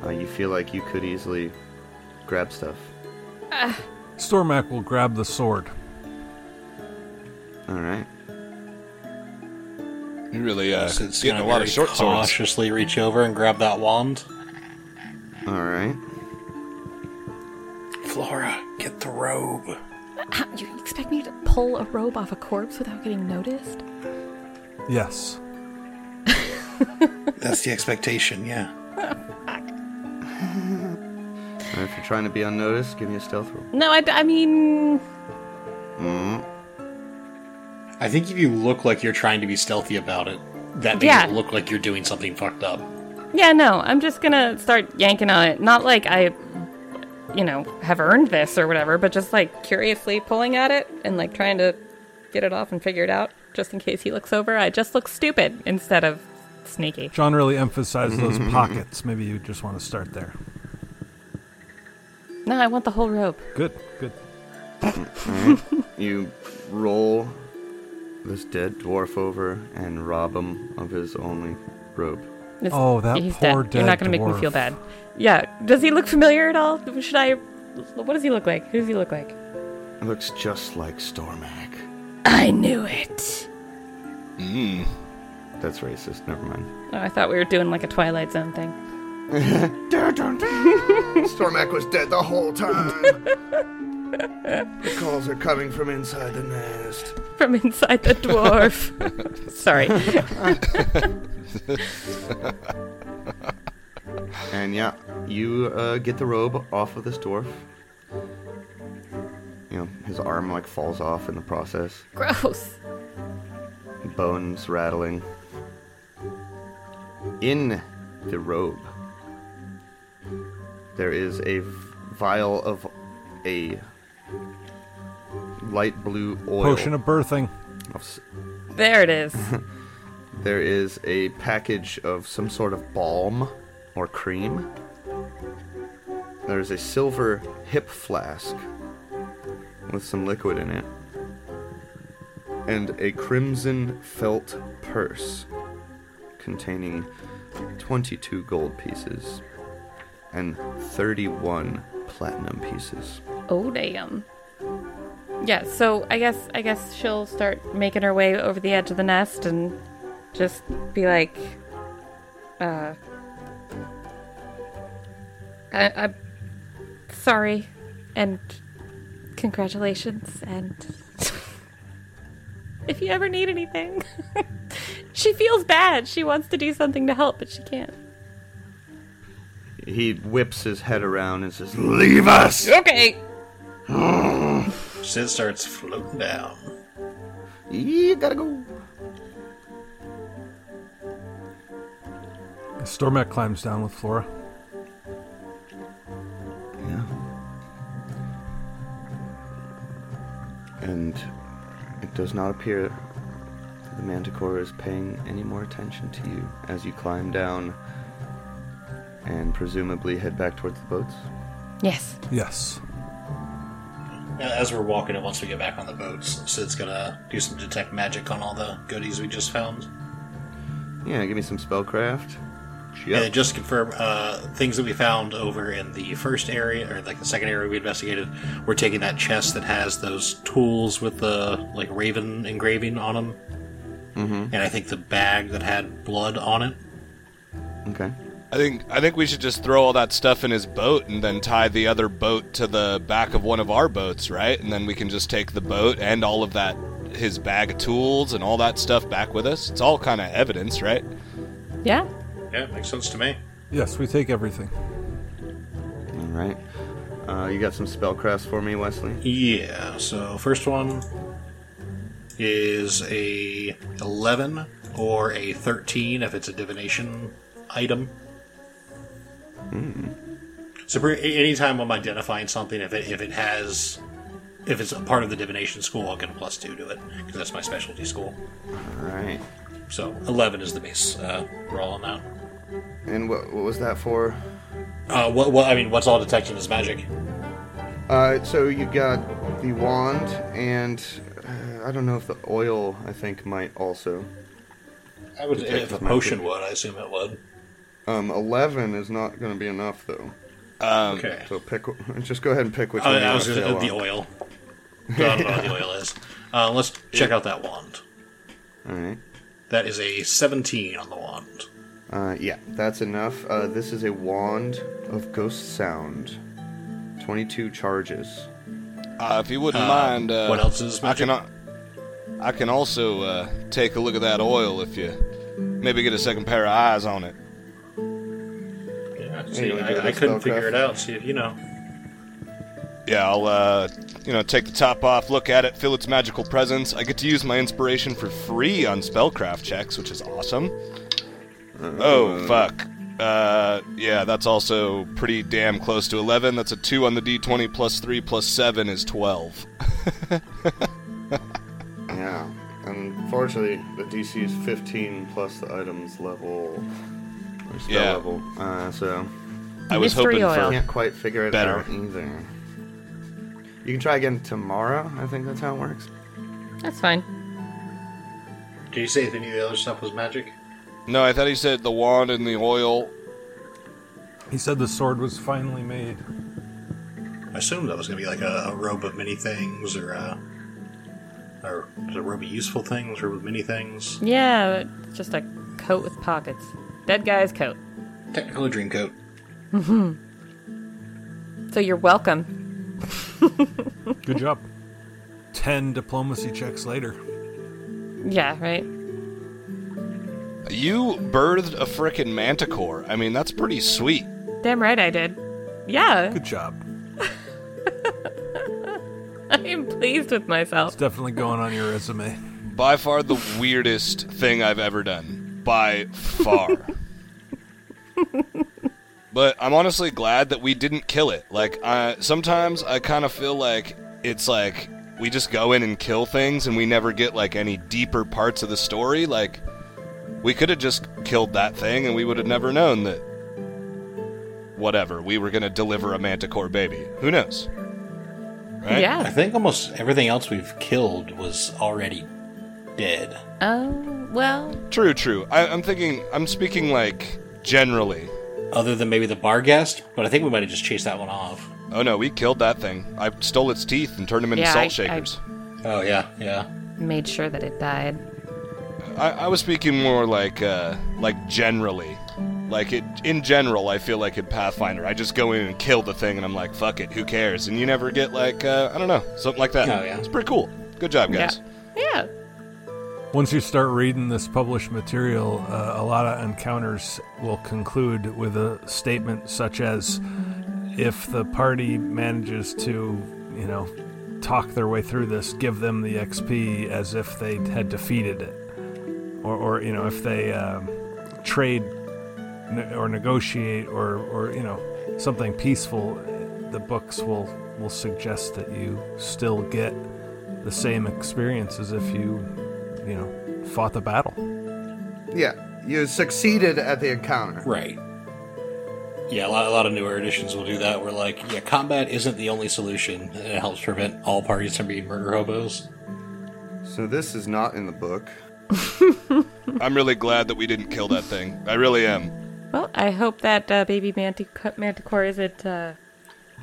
S2: uh, you feel like you could easily grab stuff.
S1: Stormac will grab the sword.
S2: All right.
S5: You really uh,
S4: So it's
S5: getting
S4: gonna
S5: a lot
S4: very
S5: of short swords.
S4: Cautiously reach over and grab that wand.
S2: All right.
S4: Flora, get the robe.
S3: How, you expect me to pull a robe off a corpse without getting noticed?
S1: Yes.
S4: That's the expectation. Yeah.
S2: And if you're trying to be unnoticed, give me a stealth roll.
S3: No, I, I mean,
S4: I think if you look like you're trying to be stealthy about it, that makes
S3: Yeah.
S4: it look like you're doing something fucked up.
S3: yeah, no, I'm just gonna start yanking on it. Not like I, you know, have earned this or whatever, but just like curiously pulling at it and like trying to get it off and figure it out just in case he looks over. I just look stupid instead of sneaky.
S1: John really emphasized those pockets. Maybe you just want to start there.
S3: No, I want the whole robe.
S1: Good, good.
S2: You roll this dead dwarf over and rob him of his only robe.
S3: It's-
S1: Oh, that
S3: he's
S1: poor
S3: dead. You're
S1: dead
S3: not gonna make me
S1: dwarf.
S3: feel bad. Yeah. Does he look familiar at all? Should I? What does he look like? Who does he look like?
S2: It looks just like Stormac.
S3: I knew it.
S2: That's racist. Never mind.
S3: Oh, I thought we were doing like a Twilight Zone thing.
S2: Dun, dun, dun. Stormac was dead the whole time. the calls are coming from inside the nest.
S3: from inside the dwarf. Sorry.
S2: And yeah, you uh, get the robe off of this dwarf. You know, his arm like falls off in the process,
S3: Gross.
S2: bones rattling. In the robe, there is a vial of a light blue oil
S1: Potion of birthing.
S2: of s-
S3: There it is.
S2: There is a package of some sort of balm or cream. There is a silver hip flask with some liquid in it. And a crimson felt purse containing 22 gold pieces and 31 platinum pieces.
S3: Oh damn. Yeah, so I guess I guess she'll start making her way over the edge of the nest and just be like uh I, I'm sorry and congratulations and if you ever need anything she feels bad she wants to do something to help but she can't
S2: He whips his head around and says, Leave us!
S3: okay
S4: Sid starts floating down.
S2: You gotta go.
S1: Stormak climbs down with Flora.
S2: Yeah. And it does not appear that the manticore is paying any more attention to you as you climb down and presumably head back towards the boats.
S3: yes
S1: Yes.
S4: As we're walking, and once we get back on the boats, Sid's gonna do some detect magic on all the goodies we just found.
S2: Yeah, give me some spellcraft.
S4: And then just to confirm, uh, things that we found over in the first area, or like the second area we investigated, we're taking that chest that has those tools with the like raven engraving on them, mm-hmm. and I think the bag that had blood on it.
S2: Okay.
S5: I think I think we should just throw all that stuff in his boat and then tie the other boat to the back of one of our boats, right? And then we can just take the boat and all of that his bag of tools and all that stuff back with us. It's all kind of evidence, right?
S3: yeah
S4: Yeah, makes sense to me.
S1: Yes, we take everything.
S2: All right. Uh, you got some spellcrafts for me, Wesley?
S4: Yeah. So first one is a eleven or a thirteen if it's a divination item.
S2: Hmm.
S4: So pre- a- anytime I'm identifying something, if it if it has, if it's a part of the divination school, I'll get a plus two to it because that's my specialty school.
S2: All right.
S4: So eleven is the base uh, roll on that.
S2: And what, what was that for?
S4: Uh, what, what I mean, what's all detection is magic.
S2: Uh, so you got the wand, and uh, I don't know if the oil, I think, might also.
S4: I would
S2: Detect
S4: if a
S2: magic.
S4: potion would, I assume it would.
S2: Um, 11 is not going to be enough, though.
S5: Um,
S4: Okay.
S2: So pick. w- Just go ahead and pick which
S4: Oh,
S2: one you
S4: I was
S2: want
S4: gonna
S2: to
S4: uh, the oil. I don't know what the oil is. Uh, let's check out that wand.
S2: All right.
S4: That is a 17 on the wand.
S2: Uh, yeah, that's enough. Uh, this is a wand of ghost sound. 22 charges.
S5: Uh, if you wouldn't mind, uh,
S4: what else is
S5: I can,
S4: magic?
S5: al- I can also uh, take a look at that oil if you maybe get a second pair of eyes on it.
S4: Yeah,
S2: you
S4: see,
S2: wanna give it
S4: I, I
S2: a
S4: couldn't
S2: spellcraft?
S4: figure it out. See if you know.
S5: Yeah, I'll uh, you know take the top off, look at it, feel its magical presence. I get to use my inspiration for free on spellcraft checks, which is awesome. Oh fuck. Uh, yeah, that's also pretty damn close to 11. That's a 2 on the d20 plus 3 plus 7 is 12.
S2: Yeah. Unfortunately, the DC is 15 plus the item's level. Or spell
S5: Yeah.
S2: level. Uh, so.
S5: I was
S3: Mystery
S5: hoping
S3: oil.
S5: for
S2: Can't quite figure it
S5: Better.
S2: out either. You can try again tomorrow. I think that's how it works.
S3: that's fine
S4: Did you say if any of the other stuff was magic?
S5: No, I thought he said the wand and the oil.
S1: He said the sword was finally made.
S4: I assumed that was going to be like a, a robe of many things, or a, or is it a robe of useful things, robe of many things.
S3: yeah just a coat with pockets dead guy's coat
S4: Technical dream coat.
S3: so you're welcome
S1: Good job. Ten diplomacy checks later.
S3: yeah right
S5: You birthed a frickin' manticore. I mean, that's pretty sweet.
S3: damn right i did yeah
S1: Good job.
S3: i am pleased with myself
S1: It's definitely going on your resume.
S5: By far the weirdest thing I've ever done. By far. but I'm honestly glad that we didn't kill it. Like, I, sometimes I kind of feel like it's like we just go in and kill things and we never get like any deeper parts of the story. Like, We could have just killed that thing and we would have never known that whatever, we were going to deliver a manticore baby. Who knows? Right?
S4: I
S3: Yeah.
S4: think almost everything else we've killed was already dead.
S3: Oh, well,
S5: True, true. I, I'm thinking, I'm speaking like generally.
S4: Other than maybe the bar guest, but I think we might have just chased that one off.
S5: Oh no, we killed that thing. I stole its teeth and turned them into
S3: Yeah,
S5: salt
S3: I- I-
S5: shakers.
S4: Oh yeah, yeah.
S3: made sure that it died.
S5: I, I was speaking more like uh, like generally. Like it in general, I feel like in Pathfinder, I just go in and kill the thing, and I'm like, "Fuck it, who cares?" And you never get like uh, I don't know something like that.
S4: Oh, yeah.
S5: it's pretty cool. Good job, guys.
S3: Yeah. Yeah.
S1: Once you start reading this published material, uh, a lot of encounters will conclude with a statement such as if the party manages to, you know, talk their way through this, give them the XP as if they had defeated it. Or, or you know, if they um, trade ne- or negotiate or, or, you know, something peaceful, the books will, will suggest that you still get the same experience as if you you know, fought the battle.
S2: Yeah, you succeeded at the encounter.
S4: Right. Yeah, a lot, a lot of newer editions will do that. Where like, yeah, combat isn't the only solution. and It helps prevent all parties from being murder hobos.
S2: So this is not in the book.
S5: I'm really glad that we didn't kill that thing. I really am.
S3: Well, I hope that uh, baby mantic- manticore isn't uh,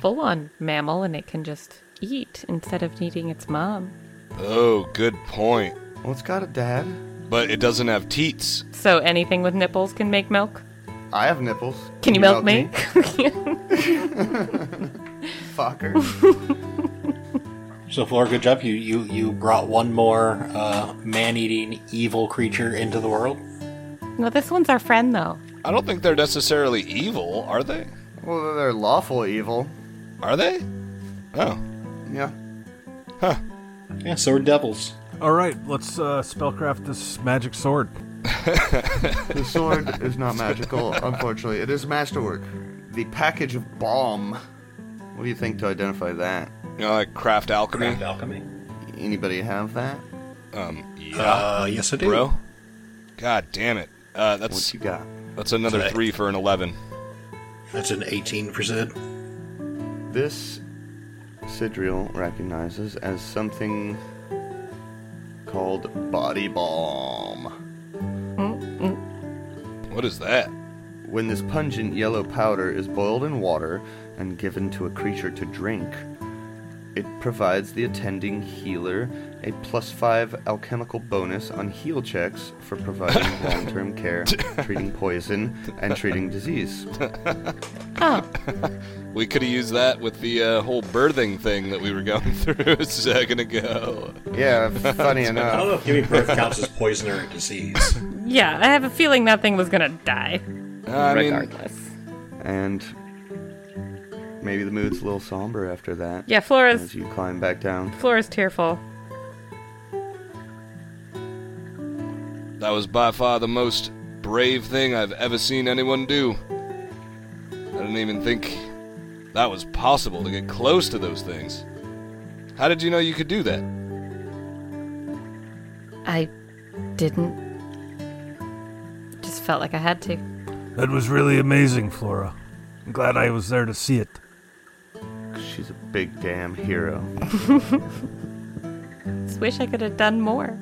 S3: full on mammal and it can just eat instead of needing its mom.
S5: Oh, good point.
S2: Well, it's got a dad.
S5: But it doesn't have teats.
S3: So anything with nipples can make milk?
S2: I have nipples.
S3: Can you, milk, me?
S2: Fucker.
S4: So, Flora, good job. You you you brought one more uh, man-eating evil creature into the world.
S3: no, this one's our friend though.
S5: I don't think they're necessarily evil, are they?
S2: well, they're lawful evil.
S5: Are they? Oh,
S2: Yeah.
S5: huh.
S4: Yeah, so we're devils.
S1: All right, let's uh, spellcraft this magic sword.
S2: The sword is not magical, unfortunately. It is masterwork. The package of balm. What do you think to identify that?
S5: You know, like craft alchemy.
S4: alchemy.
S2: Anybody have that?
S5: Um, yeah,
S4: Uh, yes, I do.
S5: bro. God damn it. Uh,
S2: What
S5: that's
S2: you got?
S5: that's another
S4: Today.
S5: three for an eleven.
S4: That's an eighteen percent.
S2: This Sidriel recognizes as something called body balm.
S5: What is that?
S2: When this pungent yellow powder is boiled in water and given to a creature to drink, it provides the attending healer a plus five alchemical bonus on heal checks for providing long term care, treating poison, and treating disease.
S3: Oh,
S5: We could have used that with the uh, whole birthing thing that we were going through a second ago.
S2: Yeah, funny
S4: I don't
S2: enough.
S4: know if giving Oh, birth counts as poison or a disease.
S3: yeah, I have a feeling that thing was gonna die.
S5: I mean,
S3: regardless.
S2: And maybe the mood's a little somber after that.
S3: yeah, Flora's
S2: As you climb back down.
S3: Flora's tearful.
S5: that was by far the most brave thing I've ever seen anyone do. I didn't even think that was possible to get close to those things. How did you know you could do that?
S3: I didn't. Just felt like I had to.
S1: That was really amazing, Flora. I'm glad I was there to see it.
S2: She's a big damn hero.
S3: Just wish I could have done more.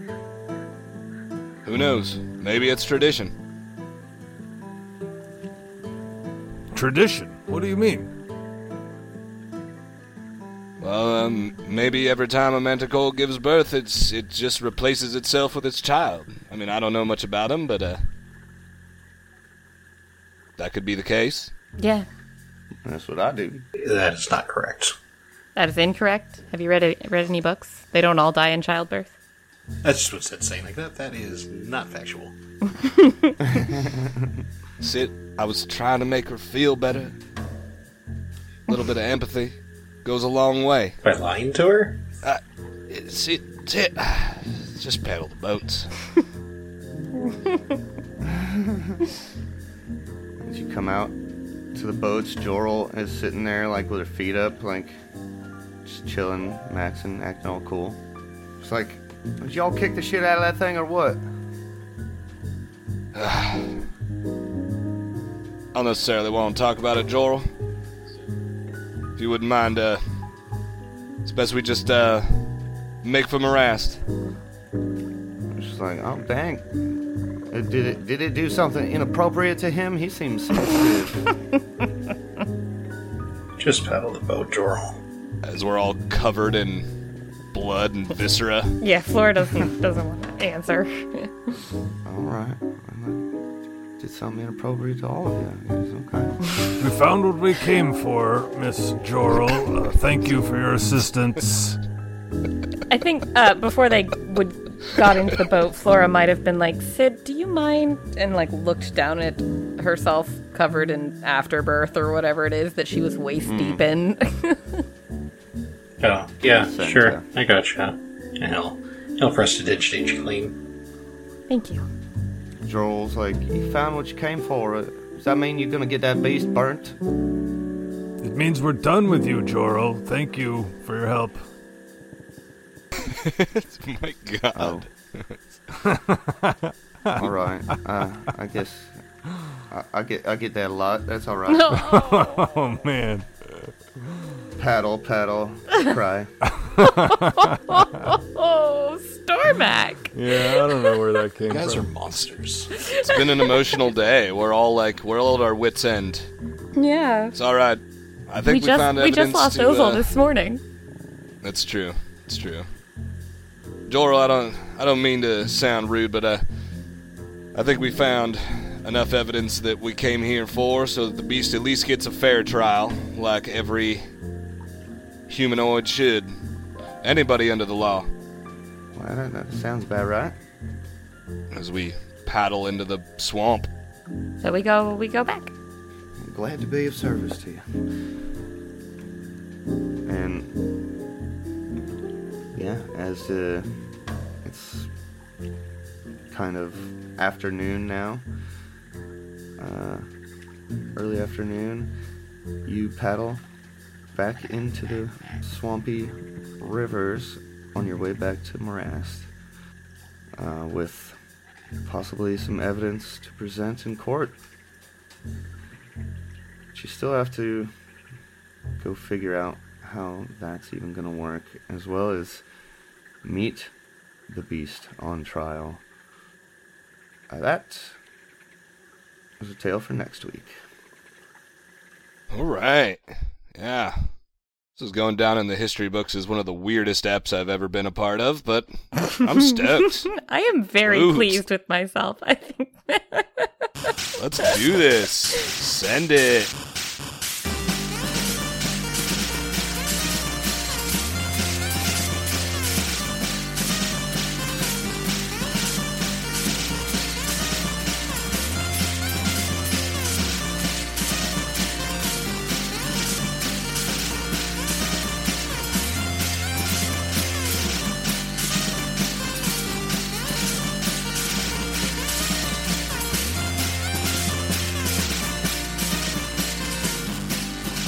S5: Who knows? Maybe it's tradition.
S1: Tradition? What do you mean?
S5: Well, um, maybe every time a manticore gives birth, it's it just replaces itself with its child. I mean, I don't know much about them, but uh, that could be the case.
S3: Yeah,
S2: That's what I do.
S4: that is not correct.
S3: that is incorrect. Have you read a, read any books? They don't all die in childbirth.
S4: That's just what's insane. Like that. That is not factual.
S5: Sit. I was trying to make her feel better. A little bit of empathy goes a long way. Uh,
S4: By lying to her.
S5: It- Sit. Sit. uh, Just paddle the boats.
S2: As you come out to the boats, Jorl is sitting there, like with her feet up, like just chilling, maxing, acting all cool. It's like, did y'all kick the shit out of that thing or what?
S5: I don't necessarily want to talk about it, Joel. If you wouldn't mind, uh, it's best we just uh, make for Morast.
S2: She's like, oh dang. Uh, Did it did it do something inappropriate to him? He seems sensitive.
S4: Just paddle the boat, Jorl.
S5: As we're all covered in blood and viscera.
S3: Yeah, Flora doesn't doesn't want to answer.
S2: Alright. I'm like, Did something inappropriate to all of you. I guess. Okay.
S1: We found what we came for, Miss Jorl. Uh, thank you for your assistance.
S3: I think uh, before they would got into the boat, Flora might have been like, "Sid, do you mind?" and like looked down at herself, covered in afterbirth or whatever it is that she was waist deep in.
S4: Oh, yeah,
S2: Consent,
S4: sure.
S2: yeah.
S4: I gotcha. And he'll, he'll press the ditch stage clean.
S3: Thank you.
S2: Joel's like, you found what you came for. Uh, Does that mean you're gonna get that beast burnt?
S1: It means we're done with you, Jorl. Thank you for your help.
S5: My God.
S2: Oh. all right. Uh, I guess I, I get I get that a lot. That's all right.
S1: Oh man.
S2: Paddle, paddle, cry.
S3: Oh, Stormac!
S1: Yeah, I don't know where that came
S4: You guys are
S1: from.
S4: monsters.
S5: It's been an emotional day. We're all like, we're all at our wits' end.
S3: Yeah,
S5: It's all right. I think
S3: we
S5: we,
S3: just
S5: found
S3: we
S5: evidence
S3: just lost
S5: to,
S3: Ozil
S5: uh,
S3: this morning.
S5: That's true. It's true. Joral, I don't I don't mean to sound rude, but I I think we found enough evidence that we came here for so that the beast at least gets a fair trial, like every humanoid should. Anybody under the law.
S2: Well, that, that sounds about right.
S5: As we paddle into the swamp.
S3: So we go we go back.
S2: I'm glad to be of service to you. And yeah, as uh, it's kind of afternoon now, uh, early afternoon, you paddle back into the swampy rivers on your way back to Morast uh, with possibly some evidence to present in court. But you still have to go figure out how that's even going to work, as well as meet the beast on trial. Uh, that is a tale for next week.
S5: Alright. Yeah. This is going down in the history books as one of the weirdest apps I've ever been a part of, but I'm stoked.
S3: I am very
S5: Oops.
S3: pleased with myself. I think.
S5: Let's do this. Send it.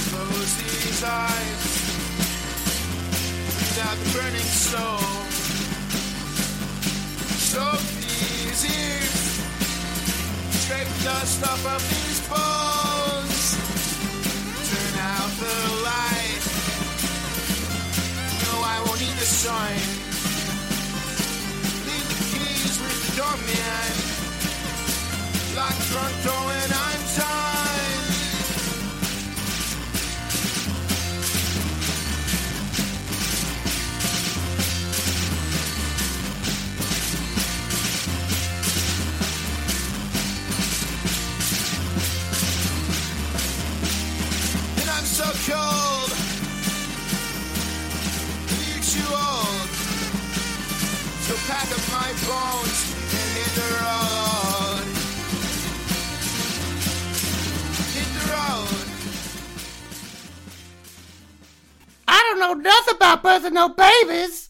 S7: Close these eyes. Breathe out the burning soul. Soak these ears. Scrape dust off of these bones. Turn out the light. No, I won't need the sign. Leave the keys with the doorman. Lock the front door and I'm timed. and I'm so cold. You're too old. So pack up my bones and hit the road. Hit the road.
S6: I don't know nothing about birthing no babies.